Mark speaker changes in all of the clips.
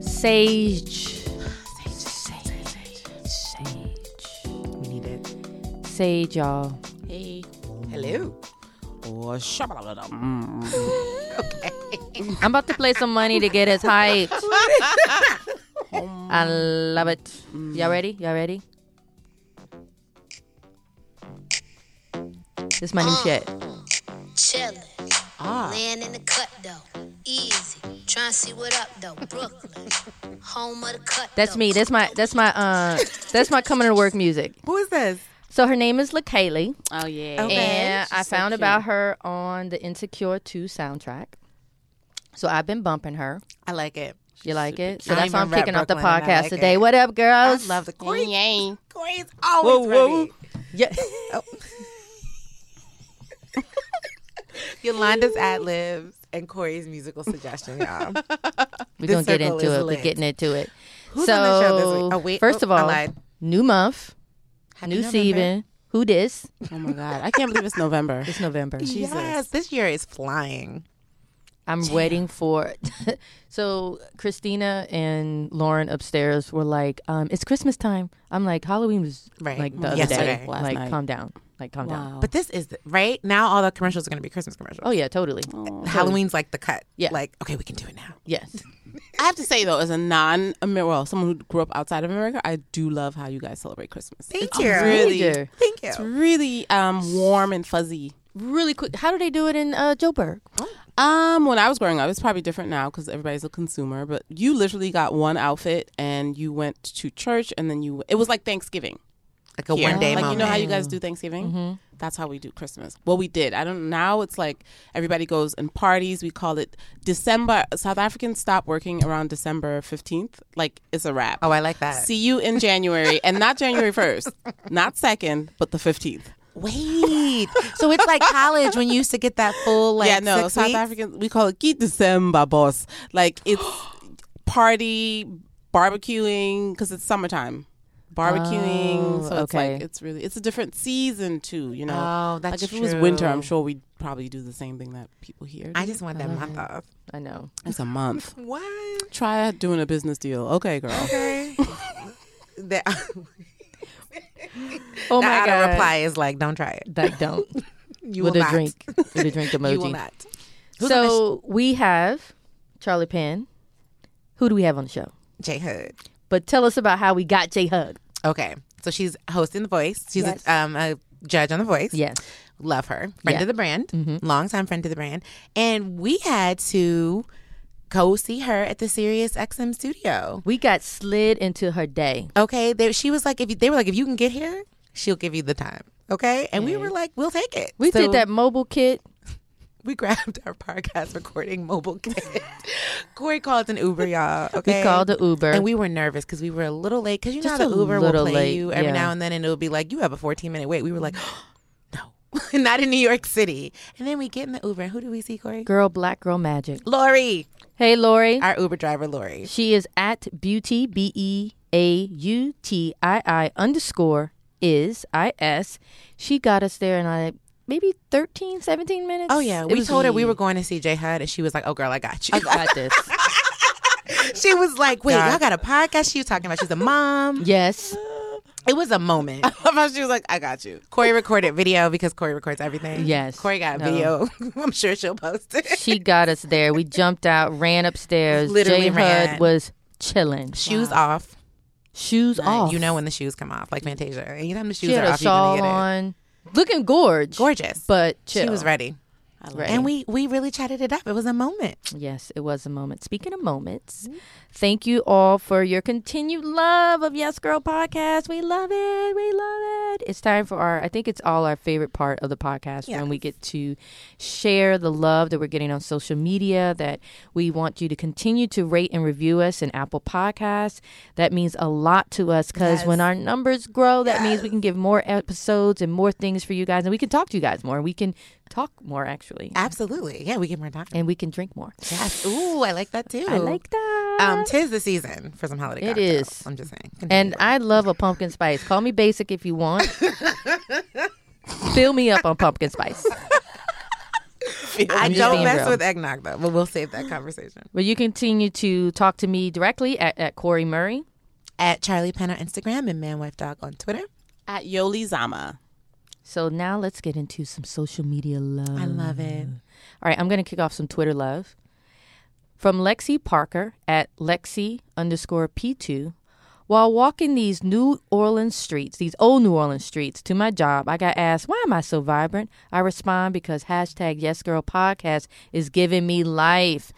Speaker 1: Sage. Sage. Sage.
Speaker 2: We need that.
Speaker 1: Sage, y'all.
Speaker 3: Hey.
Speaker 2: Hello. Or shabba
Speaker 1: I'm about to play some money to get us hyped. I love it. Y'all ready? Y'all ready? This my
Speaker 3: Oh.
Speaker 1: new shit.
Speaker 4: Chillin',
Speaker 2: Ah.
Speaker 4: laying in the cut though, easy. Tryna see what up though, Brooklyn, home of the cut.
Speaker 1: That's
Speaker 4: though.
Speaker 1: me. That's my that's my uh that's my coming to work music.
Speaker 2: Who is this?
Speaker 1: So her name is LaKaylee,
Speaker 3: Oh yeah.
Speaker 2: Okay.
Speaker 1: and
Speaker 3: She's
Speaker 1: I
Speaker 3: so
Speaker 1: found
Speaker 3: cute.
Speaker 1: about her on the Insecure 2 soundtrack. So I've been bumping her.
Speaker 2: I like it.
Speaker 1: You like it? So
Speaker 2: I
Speaker 1: that's why I'm
Speaker 2: even rap
Speaker 1: kicking off the
Speaker 2: Brooklyn and I
Speaker 1: podcast
Speaker 2: like
Speaker 1: today.
Speaker 2: it.
Speaker 1: What up,
Speaker 2: I
Speaker 1: girls?
Speaker 2: love the
Speaker 3: Oh,
Speaker 2: Corey.
Speaker 3: Yay.
Speaker 2: Corey's always
Speaker 1: whoa.
Speaker 2: ready.
Speaker 1: Yeah.
Speaker 2: Yolanda's ad libs and Corey's musical suggestion, y'all.
Speaker 1: We're
Speaker 2: This
Speaker 1: gonna get
Speaker 2: circle
Speaker 1: into
Speaker 2: is
Speaker 1: it.
Speaker 2: lit.
Speaker 1: We're getting into it.
Speaker 2: Who's
Speaker 1: so
Speaker 2: on the show this week? Oh, wait.
Speaker 1: first
Speaker 2: Oh,
Speaker 1: of
Speaker 2: I
Speaker 1: all,
Speaker 2: lied.
Speaker 1: new month,
Speaker 2: Happy
Speaker 1: new
Speaker 2: November.
Speaker 1: season. Who dis?
Speaker 3: Oh my god. I can't believe it's November.
Speaker 1: It's November.
Speaker 2: Yes, this year is flying.
Speaker 1: I'm waiting for. so Christina and Lauren upstairs were like, um, "It's Christmas time." I'm like, "Halloween was
Speaker 2: Right. Mm,
Speaker 1: like the other
Speaker 2: Yesterday.
Speaker 1: day.
Speaker 3: Last
Speaker 1: like,
Speaker 3: night.
Speaker 1: calm down. Like, calm down."
Speaker 2: But this is the, right now. All the commercials are going to be Christmas commercials.
Speaker 1: Oh yeah, totally.
Speaker 2: Halloween's like the cut.
Speaker 1: Yeah.
Speaker 2: Like okay, we can do it now.
Speaker 1: Yes.
Speaker 3: I have to say though, as a non Amer well, someone who grew up outside of America, I do love how you guys celebrate Christmas.
Speaker 2: Thank
Speaker 3: it's
Speaker 2: you.
Speaker 3: Really,
Speaker 1: Major.
Speaker 2: Thank
Speaker 3: it's
Speaker 2: you.
Speaker 3: really um warm and fuzzy.
Speaker 1: Really quick. How do they do it in uh, Joburg?
Speaker 3: Um, when I was growing up, it's probably different now because everybody's a consumer. But you literally got one outfit, and you went to church, and then you it was like Thanksgiving.
Speaker 2: Like a
Speaker 3: here.
Speaker 2: one day moment.
Speaker 3: like
Speaker 2: Mm-hmm.
Speaker 3: you know how you guys do Thanksgiving. That's how we do Christmas. Well, we did. I don't. Now it's like everybody goes and parties. We call it December. South Africans stop working around December fifteenth. Like it's a wrap.
Speaker 2: oh, I like that.
Speaker 3: See you in January, and not January first, not second, but the fifteenth.
Speaker 2: Wait. so it's like college when you used to get that full like
Speaker 3: yeah, no,
Speaker 2: six
Speaker 3: South
Speaker 2: weeks?
Speaker 3: African. We call it Ki December, boss. Like it's party barbecuing because it's summertime. Barbecuing,
Speaker 1: Oh,
Speaker 3: so it's
Speaker 1: okay.
Speaker 3: like it's really it's a different season too. You know,
Speaker 2: Oh, that's
Speaker 3: like if it was
Speaker 2: true.
Speaker 3: winter, I'm sure we'd probably do the same thing that people here.
Speaker 2: I just want that month off.
Speaker 1: I know.
Speaker 3: it's a month.
Speaker 2: Mm-hmm. What?
Speaker 3: Try doing a business deal, okay, girl.
Speaker 2: Okay. that
Speaker 1: Oh
Speaker 2: the
Speaker 1: my
Speaker 2: auto
Speaker 1: god.
Speaker 2: reply is like, don't try it.
Speaker 1: That don't.
Speaker 2: You
Speaker 1: with
Speaker 2: will
Speaker 1: a
Speaker 2: not.
Speaker 1: drink. With a drink emoji.
Speaker 2: You will not. Who's on the
Speaker 1: so we have Charlie Penn. Who do we have on the show?
Speaker 2: J Hood.
Speaker 1: But tell us about how we got J Hug.
Speaker 2: Okay. So she's hosting The Voice. She's
Speaker 1: Yes.
Speaker 2: a, um, a judge on The Voice.
Speaker 1: Yes.
Speaker 2: Love her. Friend
Speaker 1: Yeah. Mm-hmm.
Speaker 2: of the brand. Longtime friend of the brand. And we had to go see her at the Sirius XM studio.
Speaker 1: We got slid into her day.
Speaker 2: Okay. They, she was like, if you, they were like, if you can get here, she'll give you the time. Okay. And we were like, we'll take it.
Speaker 1: We
Speaker 2: So
Speaker 1: did that mobile kit.
Speaker 2: We grabbed our podcast recording mobile kit. Corey called an Uber, y'all. Okay.
Speaker 1: We called the Uber.
Speaker 2: And we were nervous because we were a little late. Because you know
Speaker 1: Just
Speaker 2: how the
Speaker 1: a
Speaker 2: Uber will
Speaker 1: little
Speaker 2: play
Speaker 1: late,
Speaker 2: you every
Speaker 1: yeah.
Speaker 2: now and then, and it'll be like you have a 14 minute wait. We were like, no, not in New York City. And then we get in the Uber, and who do we see, Corey?
Speaker 1: girl, black girl magic.
Speaker 2: Lori,
Speaker 1: Hey, Lori.
Speaker 2: our Uber driver, Lori.
Speaker 1: she is at beauty, B E A U T I I underscore is I S. She got us there in like maybe 13, 17 minutes.
Speaker 2: Oh yeah,
Speaker 1: It
Speaker 2: we
Speaker 1: was-
Speaker 2: told her we were going to see J Hud, and she was like, "Oh girl, I got you."
Speaker 1: I got this.
Speaker 2: she was like, "Wait,
Speaker 3: God.
Speaker 2: y'all got a podcast?" She was talking about she's a mom.
Speaker 1: yes.
Speaker 2: It was a moment.
Speaker 3: she was like, "I got you."
Speaker 2: Corey recorded video because Corey records everything.
Speaker 1: Yes.
Speaker 2: Corey got
Speaker 1: No.
Speaker 2: video. I'm sure she'll post it.
Speaker 1: She got us there. We jumped out, ran upstairs.
Speaker 2: Literally
Speaker 1: Jay
Speaker 2: ran.
Speaker 1: Hud was chilling,
Speaker 2: Shoes off.
Speaker 1: shoes off.
Speaker 2: You know when the shoes come off, like Fantasia. Anytime the shoes
Speaker 1: she had
Speaker 2: are
Speaker 1: a
Speaker 2: off, you're
Speaker 1: shawl
Speaker 2: gonna get it.
Speaker 1: on, looking gorge,
Speaker 2: Gorgeous.
Speaker 1: but chill.
Speaker 2: She was ready.
Speaker 1: Right.
Speaker 2: And we we really chatted it up. It was a moment.
Speaker 1: yes, it was a moment. Speaking of moments, thank you all for your continued love of Yes Girl podcast. We love it. We love it. It's time for our. I think it's all our favorite part of the podcast when we get to share the love that we're getting on social media. That we want you to continue to rate and review us in Apple Podcasts. That means a lot to us because when our numbers grow, that means we can give more episodes and more things for you guys, and we can talk to you guys more. We can talk more actually.
Speaker 2: Absolutely. Yeah, we get more time.
Speaker 1: and we can drink more.
Speaker 2: Yes. Ooh, I like that too.
Speaker 1: I like that.
Speaker 2: Um, tis the season for some holiday.
Speaker 1: It
Speaker 2: cocktails.
Speaker 1: is.
Speaker 2: I'm just saying.
Speaker 1: and
Speaker 2: Continue.
Speaker 1: I love a pumpkin spice. Call me basic if you want. Fill me up on pumpkin spice.
Speaker 3: feel.
Speaker 2: I
Speaker 1: just
Speaker 2: don't
Speaker 1: being
Speaker 2: mess
Speaker 1: real.
Speaker 2: with eggnog though, but we'll save that conversation.
Speaker 1: But you continue to talk to me directly at, at Corey Murray.
Speaker 2: At Charlie Penn on Instagram and Man Wife Dog on Twitter.
Speaker 3: At Yoli Zama.
Speaker 1: So now let's get into some social media love.
Speaker 2: I love it.
Speaker 1: All right, I'm going to kick off some Twitter love. From Lexi Parker at Lexi underscore P2. While walking these New Orleans streets, these old New Orleans streets, to my job, I got asked, why am I so vibrant? I respond because hashtag Yes Girl Podcast is giving me life.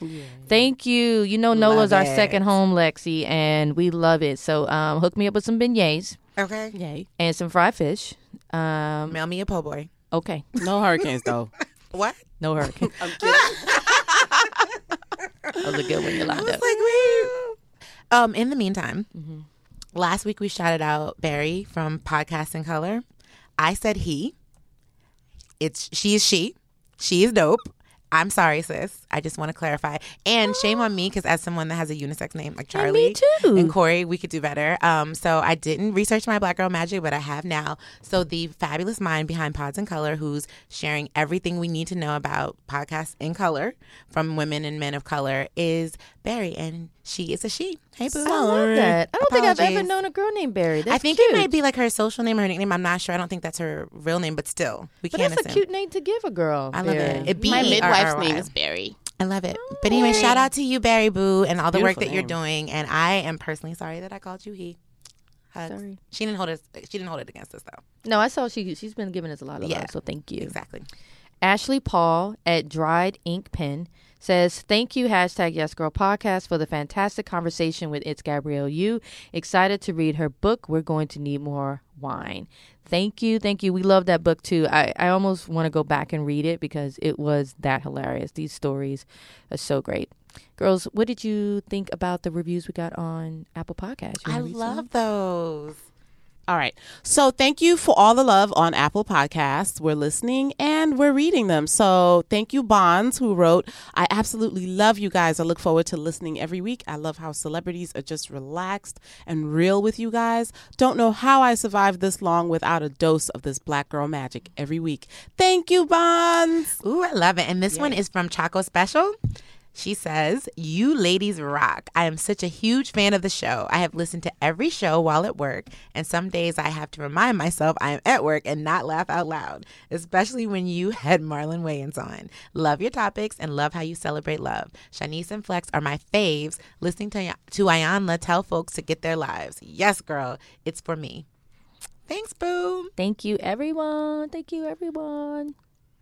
Speaker 1: Thank you. You know, Nola's our second home, Lexi, and we love it. So um, hook me up with some beignets
Speaker 2: Okay.
Speaker 3: Yay.
Speaker 1: and some fried fish. Um,
Speaker 2: Mail me a po' boy.
Speaker 1: okay,
Speaker 3: No hurricanes though.
Speaker 2: What?
Speaker 1: no hurricane. I'm kidding. that was a good one, Yolanda.
Speaker 2: Like we. Um. In the meantime, last week we shouted out Barry from Podcast in Color. I said he. It's she is she. She is dope. I'm sorry, sis. I just want to clarify. And shame on me because as someone that has a unisex name like Charlie,
Speaker 1: me too.
Speaker 2: and Corey, we could do better. Um, so I didn't research my Black Girl Magic, but I have now. So the fabulous mind behind Pods in Color, who's sharing everything we need to know about podcasts in color from women and men of color, is Barry, and she is a she. Hey, boo.
Speaker 1: I love that. I don't think I've ever
Speaker 2: Apologies.
Speaker 1: known a girl named Barry. That's
Speaker 2: I think
Speaker 1: cute.
Speaker 2: it might be like her social name or her nickname. I'm not sure. I don't think that's her real name, but still, we
Speaker 1: But
Speaker 2: can't
Speaker 1: that's a
Speaker 2: assume.
Speaker 1: cute name to give a girl.
Speaker 2: I love
Speaker 1: Barry.
Speaker 2: it. it
Speaker 3: My
Speaker 2: B E R R
Speaker 3: midwife's
Speaker 2: Y.
Speaker 3: name is Barry.
Speaker 2: I love it. But anyway, shout out to you, Barry Boo, and all the work that
Speaker 3: Beautiful
Speaker 2: you're
Speaker 3: name.
Speaker 2: doing. And I am personally sorry that I called you he. Hugs.
Speaker 1: Sorry.
Speaker 2: She didn't hold us. She didn't hold it against us though.
Speaker 1: No, I saw she. She's been giving us a lot of
Speaker 2: Yeah.
Speaker 1: love, so thank you.
Speaker 2: Exactly.
Speaker 1: Ashley Paul at Dried Ink Pen says, Thank you, hashtag Yes Girl Podcast, for the fantastic conversation with It's Gabrielle You Excited to read her book. We're going to need more wine. Thank you. Thank you. We love that book too. I, I almost want to go back and read it because it was that hilarious. These stories are so great. Girls, what did you think about the reviews we got on Apple Podcasts? You
Speaker 2: I
Speaker 1: wanna read some?
Speaker 2: love those.
Speaker 3: All right. So thank you for all the love on Apple Podcasts. We're listening and we're reading them. So thank you, Bonds, who wrote, I absolutely love you guys. I look forward to listening every week. I love how celebrities are just relaxed and real with you guys. Don't know how I survived this long without a dose of this black girl magic every week. Thank you, Bonds.
Speaker 2: Ooh, I love it. And this one is from Choco Special. She says, You ladies rock. I am such a huge fan of the show. I have listened to every show while at work, and some days I have to remind myself I am at work and not laugh out loud, especially when you had Marlon Wayans on. Love your topics and love how you celebrate love. Shanice and Flex are my faves. Listening to, to Ayanla tell folks to get their lives. Yes, girl, it's for me. Thanks, Boo.
Speaker 1: Thank you, everyone. Thank you, everyone.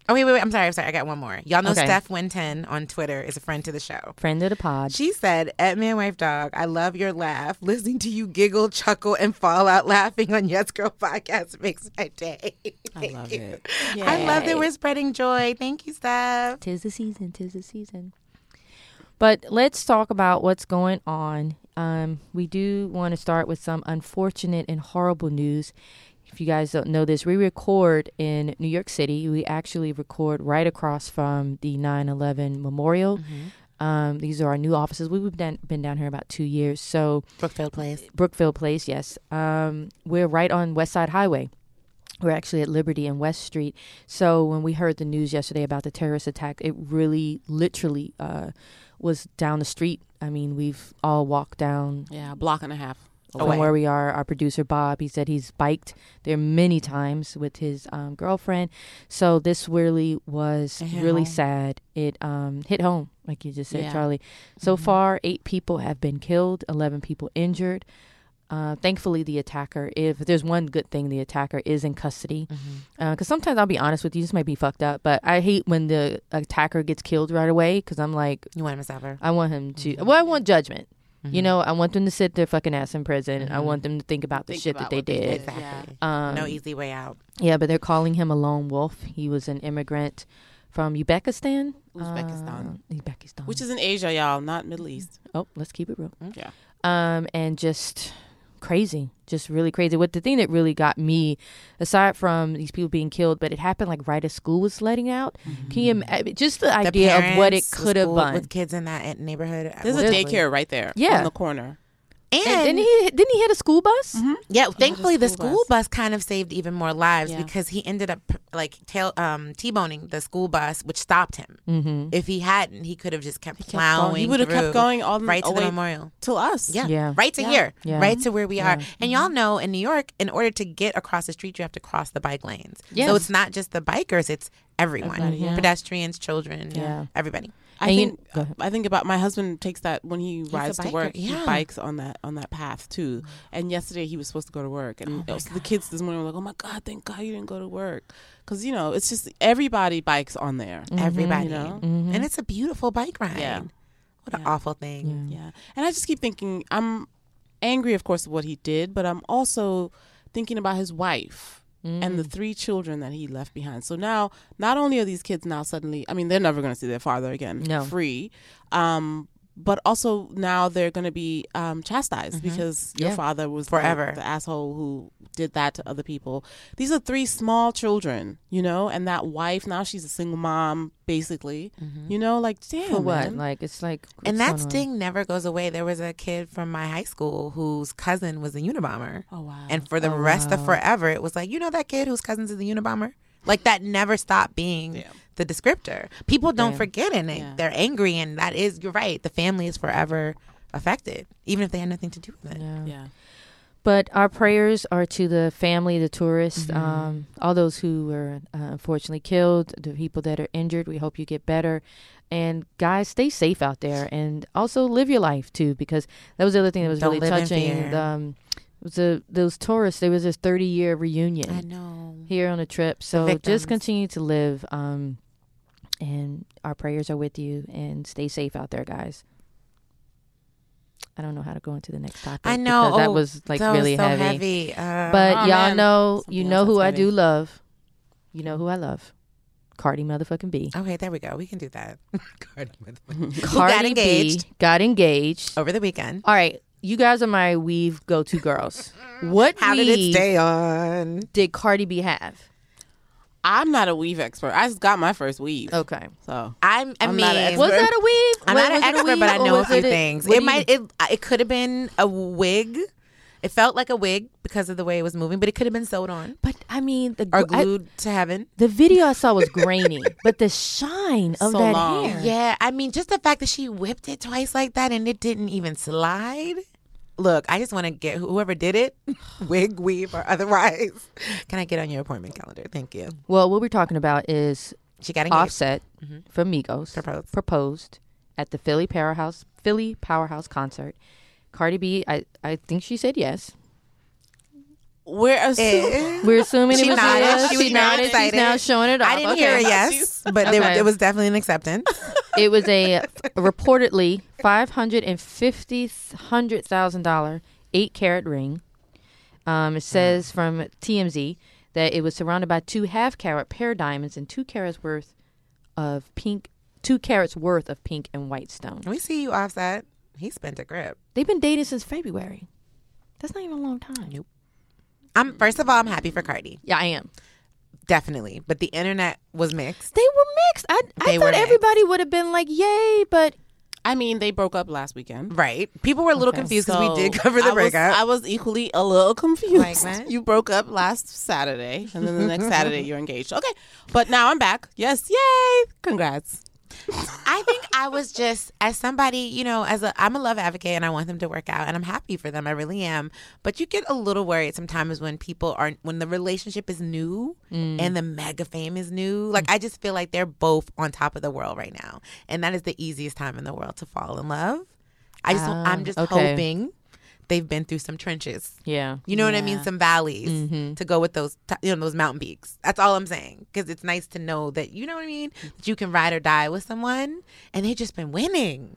Speaker 2: Oh wait, wait, wait. I'm sorry. I'm sorry. I got one more. Y'all know
Speaker 1: Okay.
Speaker 2: Steph Winton on Twitter is a friend to the show.
Speaker 1: Friend of the pod.
Speaker 2: She said, "At man wife dog, I love your laugh. Listening to you giggle, chuckle, and fall out laughing on Yes Girl podcast makes my day.
Speaker 3: I love it.
Speaker 2: I love that we're spreading joy. Thank you, Steph.
Speaker 1: Tis the season. Tis the season. But let's talk about what's going on. Um, we do want to start with some unfortunate and horrible news. If you guys don't know this, we record in New York City. We actually record right across from the 9 11 memorial. Um, these are our new offices. We've been, been down here about two years. So,
Speaker 2: Brookfield Place.
Speaker 1: Brookfield Place, yes. Um, we're right on West Side Highway. We're actually at Liberty and West Street. So when we heard the news yesterday about the terrorist attack, it really, literally, uh, was down the street. I mean, we've all walked down
Speaker 3: Yeah, a block and a half.
Speaker 1: from where we are. Our producer Bob, he said he's biked there many times with his um, girlfriend. So this really was
Speaker 3: It hit
Speaker 1: really
Speaker 3: home.
Speaker 1: sad. It um, hit home, like you just said,
Speaker 3: Yeah. Mm-hmm.
Speaker 1: Charlie. So far, eight people have been killed, eleven people injured. Uh, thankfully, the attacker, if there's one good thing, the attacker is in custody. Because sometimes I'll be honest with you, this might be fucked up, but I hate when the attacker gets killed right away because I'm like,
Speaker 2: You want him to suffer?
Speaker 1: I want him to.
Speaker 3: Mm-hmm.
Speaker 1: Well, I want judgment. You
Speaker 2: Mm-hmm.
Speaker 1: know, I want them to sit their fucking ass in prison. I want them to think about the
Speaker 3: Think
Speaker 1: shit
Speaker 3: about
Speaker 1: that
Speaker 3: what
Speaker 1: they
Speaker 3: they
Speaker 1: did.
Speaker 3: did. Yeah.
Speaker 2: Exactly.
Speaker 1: Um,
Speaker 2: no easy way out.
Speaker 1: yeah, but they're calling him a lone wolf. He was an immigrant from Uzbekistan.
Speaker 3: Uzbekistan.
Speaker 1: Uh, Uzbekistan.
Speaker 3: Which is in Asia, y'all, not Middle East.
Speaker 1: oh, let's keep it real.
Speaker 3: Yeah.
Speaker 1: Um, and just crazy, just really crazy. What the thing that really got me, aside from these people being killed, but it happened like right as school was letting out. Can you im- just the
Speaker 2: The
Speaker 1: idea of what it
Speaker 2: parents, the
Speaker 1: could have
Speaker 2: school
Speaker 1: been?
Speaker 2: with kids in that neighborhood.
Speaker 3: There's a
Speaker 1: Literally.
Speaker 3: daycare right there
Speaker 1: Yeah.
Speaker 3: on the corner.
Speaker 1: And didn't he didn't he hit a school bus?
Speaker 2: Yeah, thankfully the
Speaker 3: school
Speaker 2: school bus. kind of saved even more lives
Speaker 3: Yeah.
Speaker 2: because he ended up like tail um t-boning the school bus, which stopped him. Mm-hmm. If he hadn't, he could have just kept, plowing.
Speaker 3: going. He would have kept
Speaker 2: through
Speaker 3: going all the-
Speaker 2: right to the
Speaker 3: away-
Speaker 2: memorial.
Speaker 3: to us.
Speaker 2: Yeah.
Speaker 1: Yeah.
Speaker 2: right to here,
Speaker 1: Yeah.
Speaker 2: right to where we are. And y'all know in New York, in order to get across the street, you have to cross the bike lanes. So
Speaker 1: Yes.
Speaker 2: it's not just the bikers; it's everyone,
Speaker 3: Everybody, yeah. Mm-hmm,
Speaker 2: pedestrians, children,
Speaker 1: Yeah.
Speaker 2: everybody.
Speaker 3: I
Speaker 1: And you-
Speaker 3: think
Speaker 1: go ahead.
Speaker 3: I think about my husband takes that when he rides to
Speaker 2: biker,
Speaker 3: work.
Speaker 2: yeah.
Speaker 3: He bikes on that on that path too. And yesterday he was supposed to go to work, and it was- the kids this morning were like, "Oh my god, thank God you didn't go to work," because you know it's just everybody bikes on there.
Speaker 2: everybody.
Speaker 3: You know? Mm-hmm.
Speaker 2: And it's a beautiful bike ride.
Speaker 3: Yeah.
Speaker 2: What an awful
Speaker 1: Mm.
Speaker 2: thing.
Speaker 3: Yeah, and I just keep thinking I'm angry, of course, at what he did, but I'm also thinking about his wife. And
Speaker 1: Mm.
Speaker 3: the three children that he left behind. So now, not only are these kids now suddenly, I mean, they're never going to see their father again
Speaker 1: No.
Speaker 3: free, um, but also now they're going to be um, chastised because
Speaker 1: Mm-hmm.
Speaker 3: your
Speaker 1: Yeah.
Speaker 3: father was the-
Speaker 2: Forever.
Speaker 3: the asshole who did that to other people. These are three small children, you know, and that wife, now she's a single mom, basically. You know, like, damn.
Speaker 1: Mm-hmm. For what?
Speaker 3: man.
Speaker 1: Like it's like what's
Speaker 2: And that
Speaker 1: going on?
Speaker 2: sting never goes away. There was a kid from my high school whose cousin was a Unabomber.
Speaker 3: Oh, wow.
Speaker 2: And for the rest of forever, it was like, you know that kid whose cousin's is a Unabomber? Like that never stopped being the descriptor. People don't forget it. They- They're angry, and that is, you're right, the family is forever affected, even if they had nothing to do with it.
Speaker 3: yeah.
Speaker 1: But our prayers are to the family, the tourists,
Speaker 2: Mm-hmm.
Speaker 1: um, all those who were uh, unfortunately killed, the people that are injured. We hope you get better. And guys, stay safe out there, and also live your life too, because that was the other thing that was
Speaker 2: Don't
Speaker 1: really
Speaker 2: live in
Speaker 1: touching.
Speaker 2: fear.
Speaker 1: Um, was the those tourists? There was this thirty year reunion
Speaker 2: I know.
Speaker 1: here on a trip. So
Speaker 2: victims.
Speaker 1: just continue to live. Um, and our prayers are with you and stay safe out there, guys. I don't know how to go into the next topic.
Speaker 2: I know.
Speaker 1: because that
Speaker 2: Oh,
Speaker 1: was like
Speaker 2: that was
Speaker 1: really
Speaker 2: so
Speaker 1: heavy.
Speaker 2: heavy. Uh,
Speaker 1: But
Speaker 3: Oh,
Speaker 1: y'all
Speaker 3: man.
Speaker 1: know,
Speaker 3: Something
Speaker 1: you
Speaker 3: else
Speaker 1: know who
Speaker 3: that's
Speaker 1: I
Speaker 3: heavy.
Speaker 1: do love. You know who I love. Cardi motherfucking B.
Speaker 2: okay, there we go. We can do that. Cardi with-
Speaker 1: Cardi
Speaker 2: engaged.
Speaker 1: B got engaged.
Speaker 2: Over the weekend.
Speaker 1: All right, you guys are my weave go-to girls. What
Speaker 2: How did
Speaker 1: weave
Speaker 2: it stay on?
Speaker 1: did Cardi B have?
Speaker 3: I'm not a weave expert. I just got my first weave.
Speaker 1: Okay,
Speaker 3: So
Speaker 2: I'm. I
Speaker 3: I'm
Speaker 2: mean,
Speaker 3: not an expert.
Speaker 1: was that a weave?
Speaker 2: I'm
Speaker 1: Wait,
Speaker 2: not an
Speaker 1: was it a
Speaker 2: expert,
Speaker 1: weave
Speaker 2: but I
Speaker 1: or
Speaker 2: know a
Speaker 1: was
Speaker 2: few
Speaker 1: a-
Speaker 2: things.
Speaker 1: what do
Speaker 2: It
Speaker 1: you-
Speaker 2: might. It, it could have been a wig. It felt like a wig because of the way it was moving, but it could have been sewed on
Speaker 1: but I mean, the
Speaker 2: or
Speaker 1: I-
Speaker 2: glued to heaven.
Speaker 1: the video I saw was grainy, but the shine of
Speaker 3: So
Speaker 1: that
Speaker 3: long.
Speaker 1: hair.
Speaker 2: Yeah, I mean, just the fact that she whipped it twice like that and it didn't even slide. Look, I just want to get whoever did it, wig, weave, or otherwise. Can I get on your appointment calendar? Thank you.
Speaker 1: Well, what we're talking about is
Speaker 2: She got engaged. Mm-hmm.
Speaker 1: Offset from Migos
Speaker 2: Proposed.
Speaker 1: proposed at the Philly Powerhouse Philly Powerhouse concert. Cardi B, I, I think she said yes.
Speaker 3: we're assuming.
Speaker 2: Eh.
Speaker 1: We're assuming
Speaker 2: She
Speaker 1: it was
Speaker 2: nodded.
Speaker 1: yes.
Speaker 2: She was very
Speaker 1: nodded. She's
Speaker 2: excited.
Speaker 1: now showing it off.
Speaker 2: I didn't
Speaker 1: Okay.
Speaker 2: hear a yes, but there,
Speaker 1: Okay.
Speaker 2: it was definitely an acceptance.
Speaker 1: It was a reportedly five hundred and fifty hundred thousand dollar eight carat ring. Um, it says from TMZ that it was surrounded by two half carat pair diamonds and two carats worth of pink, two carats worth of pink and white stone.
Speaker 2: we see you, Offset. He spent a grip.
Speaker 1: They've been dating since February. That's not even a long time.
Speaker 2: Nope. I'm first of all, I'm happy for Cardi.
Speaker 1: Yeah, I am.
Speaker 2: Definitely. But the internet was mixed.
Speaker 1: They were mixed. I, I
Speaker 2: They were
Speaker 1: thought
Speaker 2: mixed.
Speaker 1: everybody would have been like, "Yay!" But
Speaker 3: I mean, they broke up last weekend.
Speaker 2: Right. People were a little
Speaker 1: Okay.
Speaker 2: confused because we did
Speaker 3: So
Speaker 2: cover the
Speaker 3: I was-
Speaker 2: breakup.
Speaker 3: I was equally a little confused.
Speaker 2: Like what?
Speaker 3: You broke up last Saturday, and then the next Saturday you're engaged. Okay, but now I'm back. Yes, yay! Congrats.
Speaker 2: I think I was just as somebody, you know, as a I'm a love advocate and I want them to work out and I'm happy for them. I really am. But you get a little worried sometimes when people are when the relationship is new and the mega fame is new. Like I just feel like they're both on top of the world right now. And that is the easiest time in the world to fall in love. I just
Speaker 1: Ah,
Speaker 2: I'm just
Speaker 1: okay.
Speaker 2: hoping they've been through some trenches.
Speaker 1: yeah,
Speaker 2: You know what I mean? Some valleys to go with those, t- you know, those mountain peaks. That's all I'm saying. Because it's nice to know that you know what I mean. That you can ride or die with someone, and they've just been winning.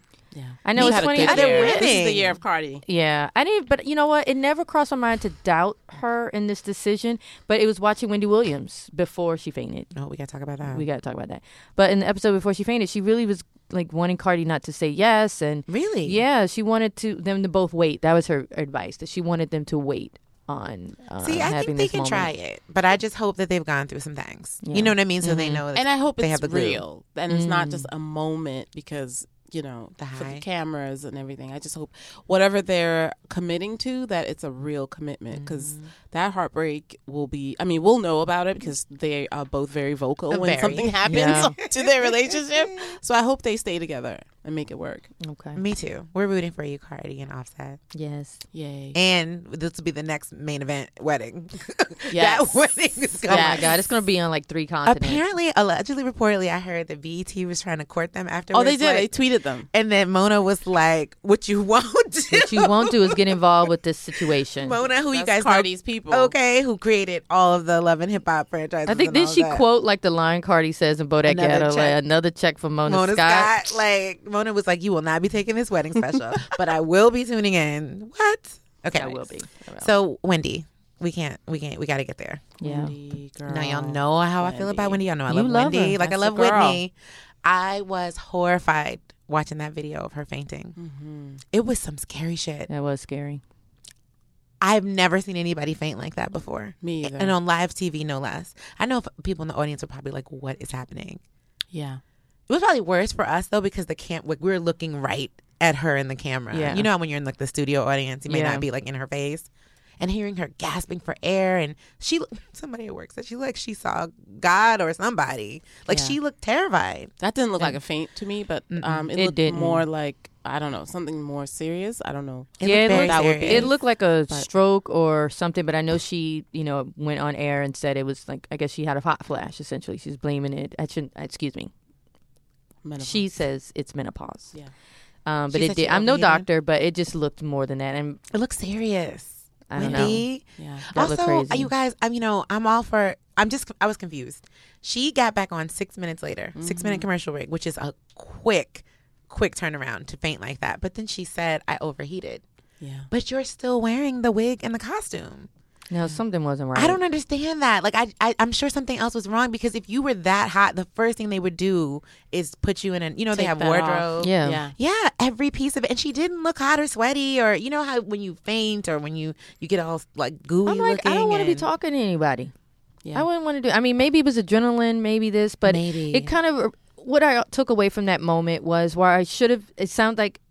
Speaker 1: I know
Speaker 3: You
Speaker 1: it's
Speaker 3: had a
Speaker 1: funny.
Speaker 3: good
Speaker 2: They're
Speaker 3: year.
Speaker 2: winning.
Speaker 3: This is the year of Cardi.
Speaker 1: Yeah, I didn't. But you know what? It never crossed my mind to doubt her in this decision. But it was watching Wendy Williams before she fainted.
Speaker 2: No, we gotta talk about that.
Speaker 1: We got to talk about that. But in the episode before she fainted, she really was like wanting Cardi not to say yes, and
Speaker 2: really?
Speaker 1: yeah, she wanted to them to both wait. That was her advice that she wanted them to wait on. Uh,
Speaker 2: See, I
Speaker 1: having
Speaker 2: think they
Speaker 1: this
Speaker 2: can
Speaker 1: moment.
Speaker 2: try it, but I just hope that they've gone through some things. You know what I mean? So they know.
Speaker 3: And I hope
Speaker 2: they
Speaker 3: it's
Speaker 2: have the glue.
Speaker 3: real, and it's not just a moment because you know, for
Speaker 2: Mm. high.
Speaker 3: the cameras and everything. I just hope whatever they're committing to, that it's a real commitment because
Speaker 2: Mm.
Speaker 3: that heartbreak will be. I mean, we'll know about it because they are both very vocal when
Speaker 2: Very.
Speaker 3: something happens to their relationship. So I hope they stay together and make it work.
Speaker 1: Okay.
Speaker 2: Me too. We're rooting for you, Cardi and Offset.
Speaker 1: Yes.
Speaker 3: Yay!
Speaker 2: And this will be the next main event wedding.
Speaker 3: Yes.
Speaker 2: that wedding is
Speaker 1: Oh
Speaker 2: coming.
Speaker 1: my God, it's gonna be on like three continents.
Speaker 2: Apparently, allegedly, reportedly, I heard that BET was trying to court them
Speaker 3: oh,
Speaker 2: afterwards.
Speaker 3: they did.
Speaker 2: like-
Speaker 3: they tweeted them.
Speaker 2: and then Mona was like, "What you won't do."
Speaker 1: What you won't do is get involved with this situation.
Speaker 2: Mona, who you
Speaker 3: That's
Speaker 2: guys know-
Speaker 3: Cardi's people.
Speaker 2: okay, who created all of the love and hip hop franchises.
Speaker 1: I think
Speaker 2: and
Speaker 1: did
Speaker 2: all
Speaker 1: she
Speaker 2: that.
Speaker 1: quote like the line Cardi says in Bodak
Speaker 2: Another
Speaker 1: Yellow,
Speaker 2: check.
Speaker 1: like, another check for Mona,
Speaker 2: Mona
Speaker 1: Scott.
Speaker 2: Scott? Like Mona was like, "You will not be taking this wedding special, but I will be tuning in." What? Okay,
Speaker 1: I will be.
Speaker 2: So Wendy, we can't, we can't, we got to get there.
Speaker 1: Yeah.
Speaker 3: Wendy, girl.
Speaker 2: Now y'all know how I feel about Wendy. Y'all know I
Speaker 1: You
Speaker 2: love,
Speaker 1: love
Speaker 2: Wendy.
Speaker 1: her.
Speaker 2: Like I
Speaker 3: That's
Speaker 2: love
Speaker 3: the girl.
Speaker 2: Whitney. I was horrified watching that video of her fainting.
Speaker 3: Mm-hmm.
Speaker 2: It was some scary shit.
Speaker 1: That was scary.
Speaker 2: I've never seen anybody faint like that before.
Speaker 3: Me either.
Speaker 2: And on live TV, no less. I know if people in the audience are probably like, "What is happening?"
Speaker 3: Yeah.
Speaker 2: It was probably worse for us though because the camp like, we were looking right at her in the camera.
Speaker 1: Yeah.
Speaker 2: You know how when you're in like the studio audience, you may
Speaker 1: Yeah.
Speaker 2: not be like in her face. And hearing her gasping for air and she somebody at work said she looked like she saw God or somebody. Like
Speaker 3: Yeah.
Speaker 2: she looked terrified.
Speaker 3: That didn't look like a faint to me, but um, it,
Speaker 1: It
Speaker 3: looked
Speaker 1: didn't.
Speaker 3: more like I don't know something more serious. I don't know.
Speaker 2: It
Speaker 1: yeah,
Speaker 2: looked very
Speaker 1: it looked,
Speaker 2: serious.
Speaker 1: it looked like a stroke or something, but I know she, you know, went on air and said it was like I guess she had a hot flash. Essentially, she's blaming it. I shouldn't. uh, Excuse me.
Speaker 3: menopause.
Speaker 1: She says it's menopause.
Speaker 3: Yeah.
Speaker 1: Um, but
Speaker 2: She
Speaker 1: it
Speaker 2: said she
Speaker 1: did. I'm no
Speaker 2: overheated.
Speaker 1: doctor, but I just looked more than that, and
Speaker 2: it looked serious.
Speaker 1: I don't know.
Speaker 2: Wendy.
Speaker 3: yeah.
Speaker 1: That looked
Speaker 2: also, uh,
Speaker 1: crazy.
Speaker 2: you guys, I'm you know, I'm all for. I'm just, I was confused. She got back on six minutes later, six
Speaker 1: Mm-hmm.
Speaker 2: minute commercial break, which is a quick, quick turnaround to faint like that. But then she said, "I overheated."
Speaker 3: Yeah.
Speaker 2: But you're still wearing the wig and the costume.
Speaker 1: No, something wasn't right.
Speaker 2: I don't understand that. Like, I, I, I'm sure something else was wrong because if you were that hot, the first thing they would do is put you in an, you know, they
Speaker 3: Take
Speaker 2: have
Speaker 3: that off.
Speaker 2: wardrobe.
Speaker 1: Yeah.
Speaker 3: Yeah.
Speaker 2: Yeah, every piece of it, and she didn't look hot or sweaty, or you know how when you faint or when you you get all like gooey.
Speaker 1: I'm like, I don't want to be
Speaker 2: looking and-
Speaker 1: talking to anybody.
Speaker 3: Yeah.
Speaker 1: I wouldn't want to do. I mean, maybe it was adrenaline, maybe this, but
Speaker 2: Maybe.
Speaker 1: it kind of what I took away from that moment was where I should have. It sounds like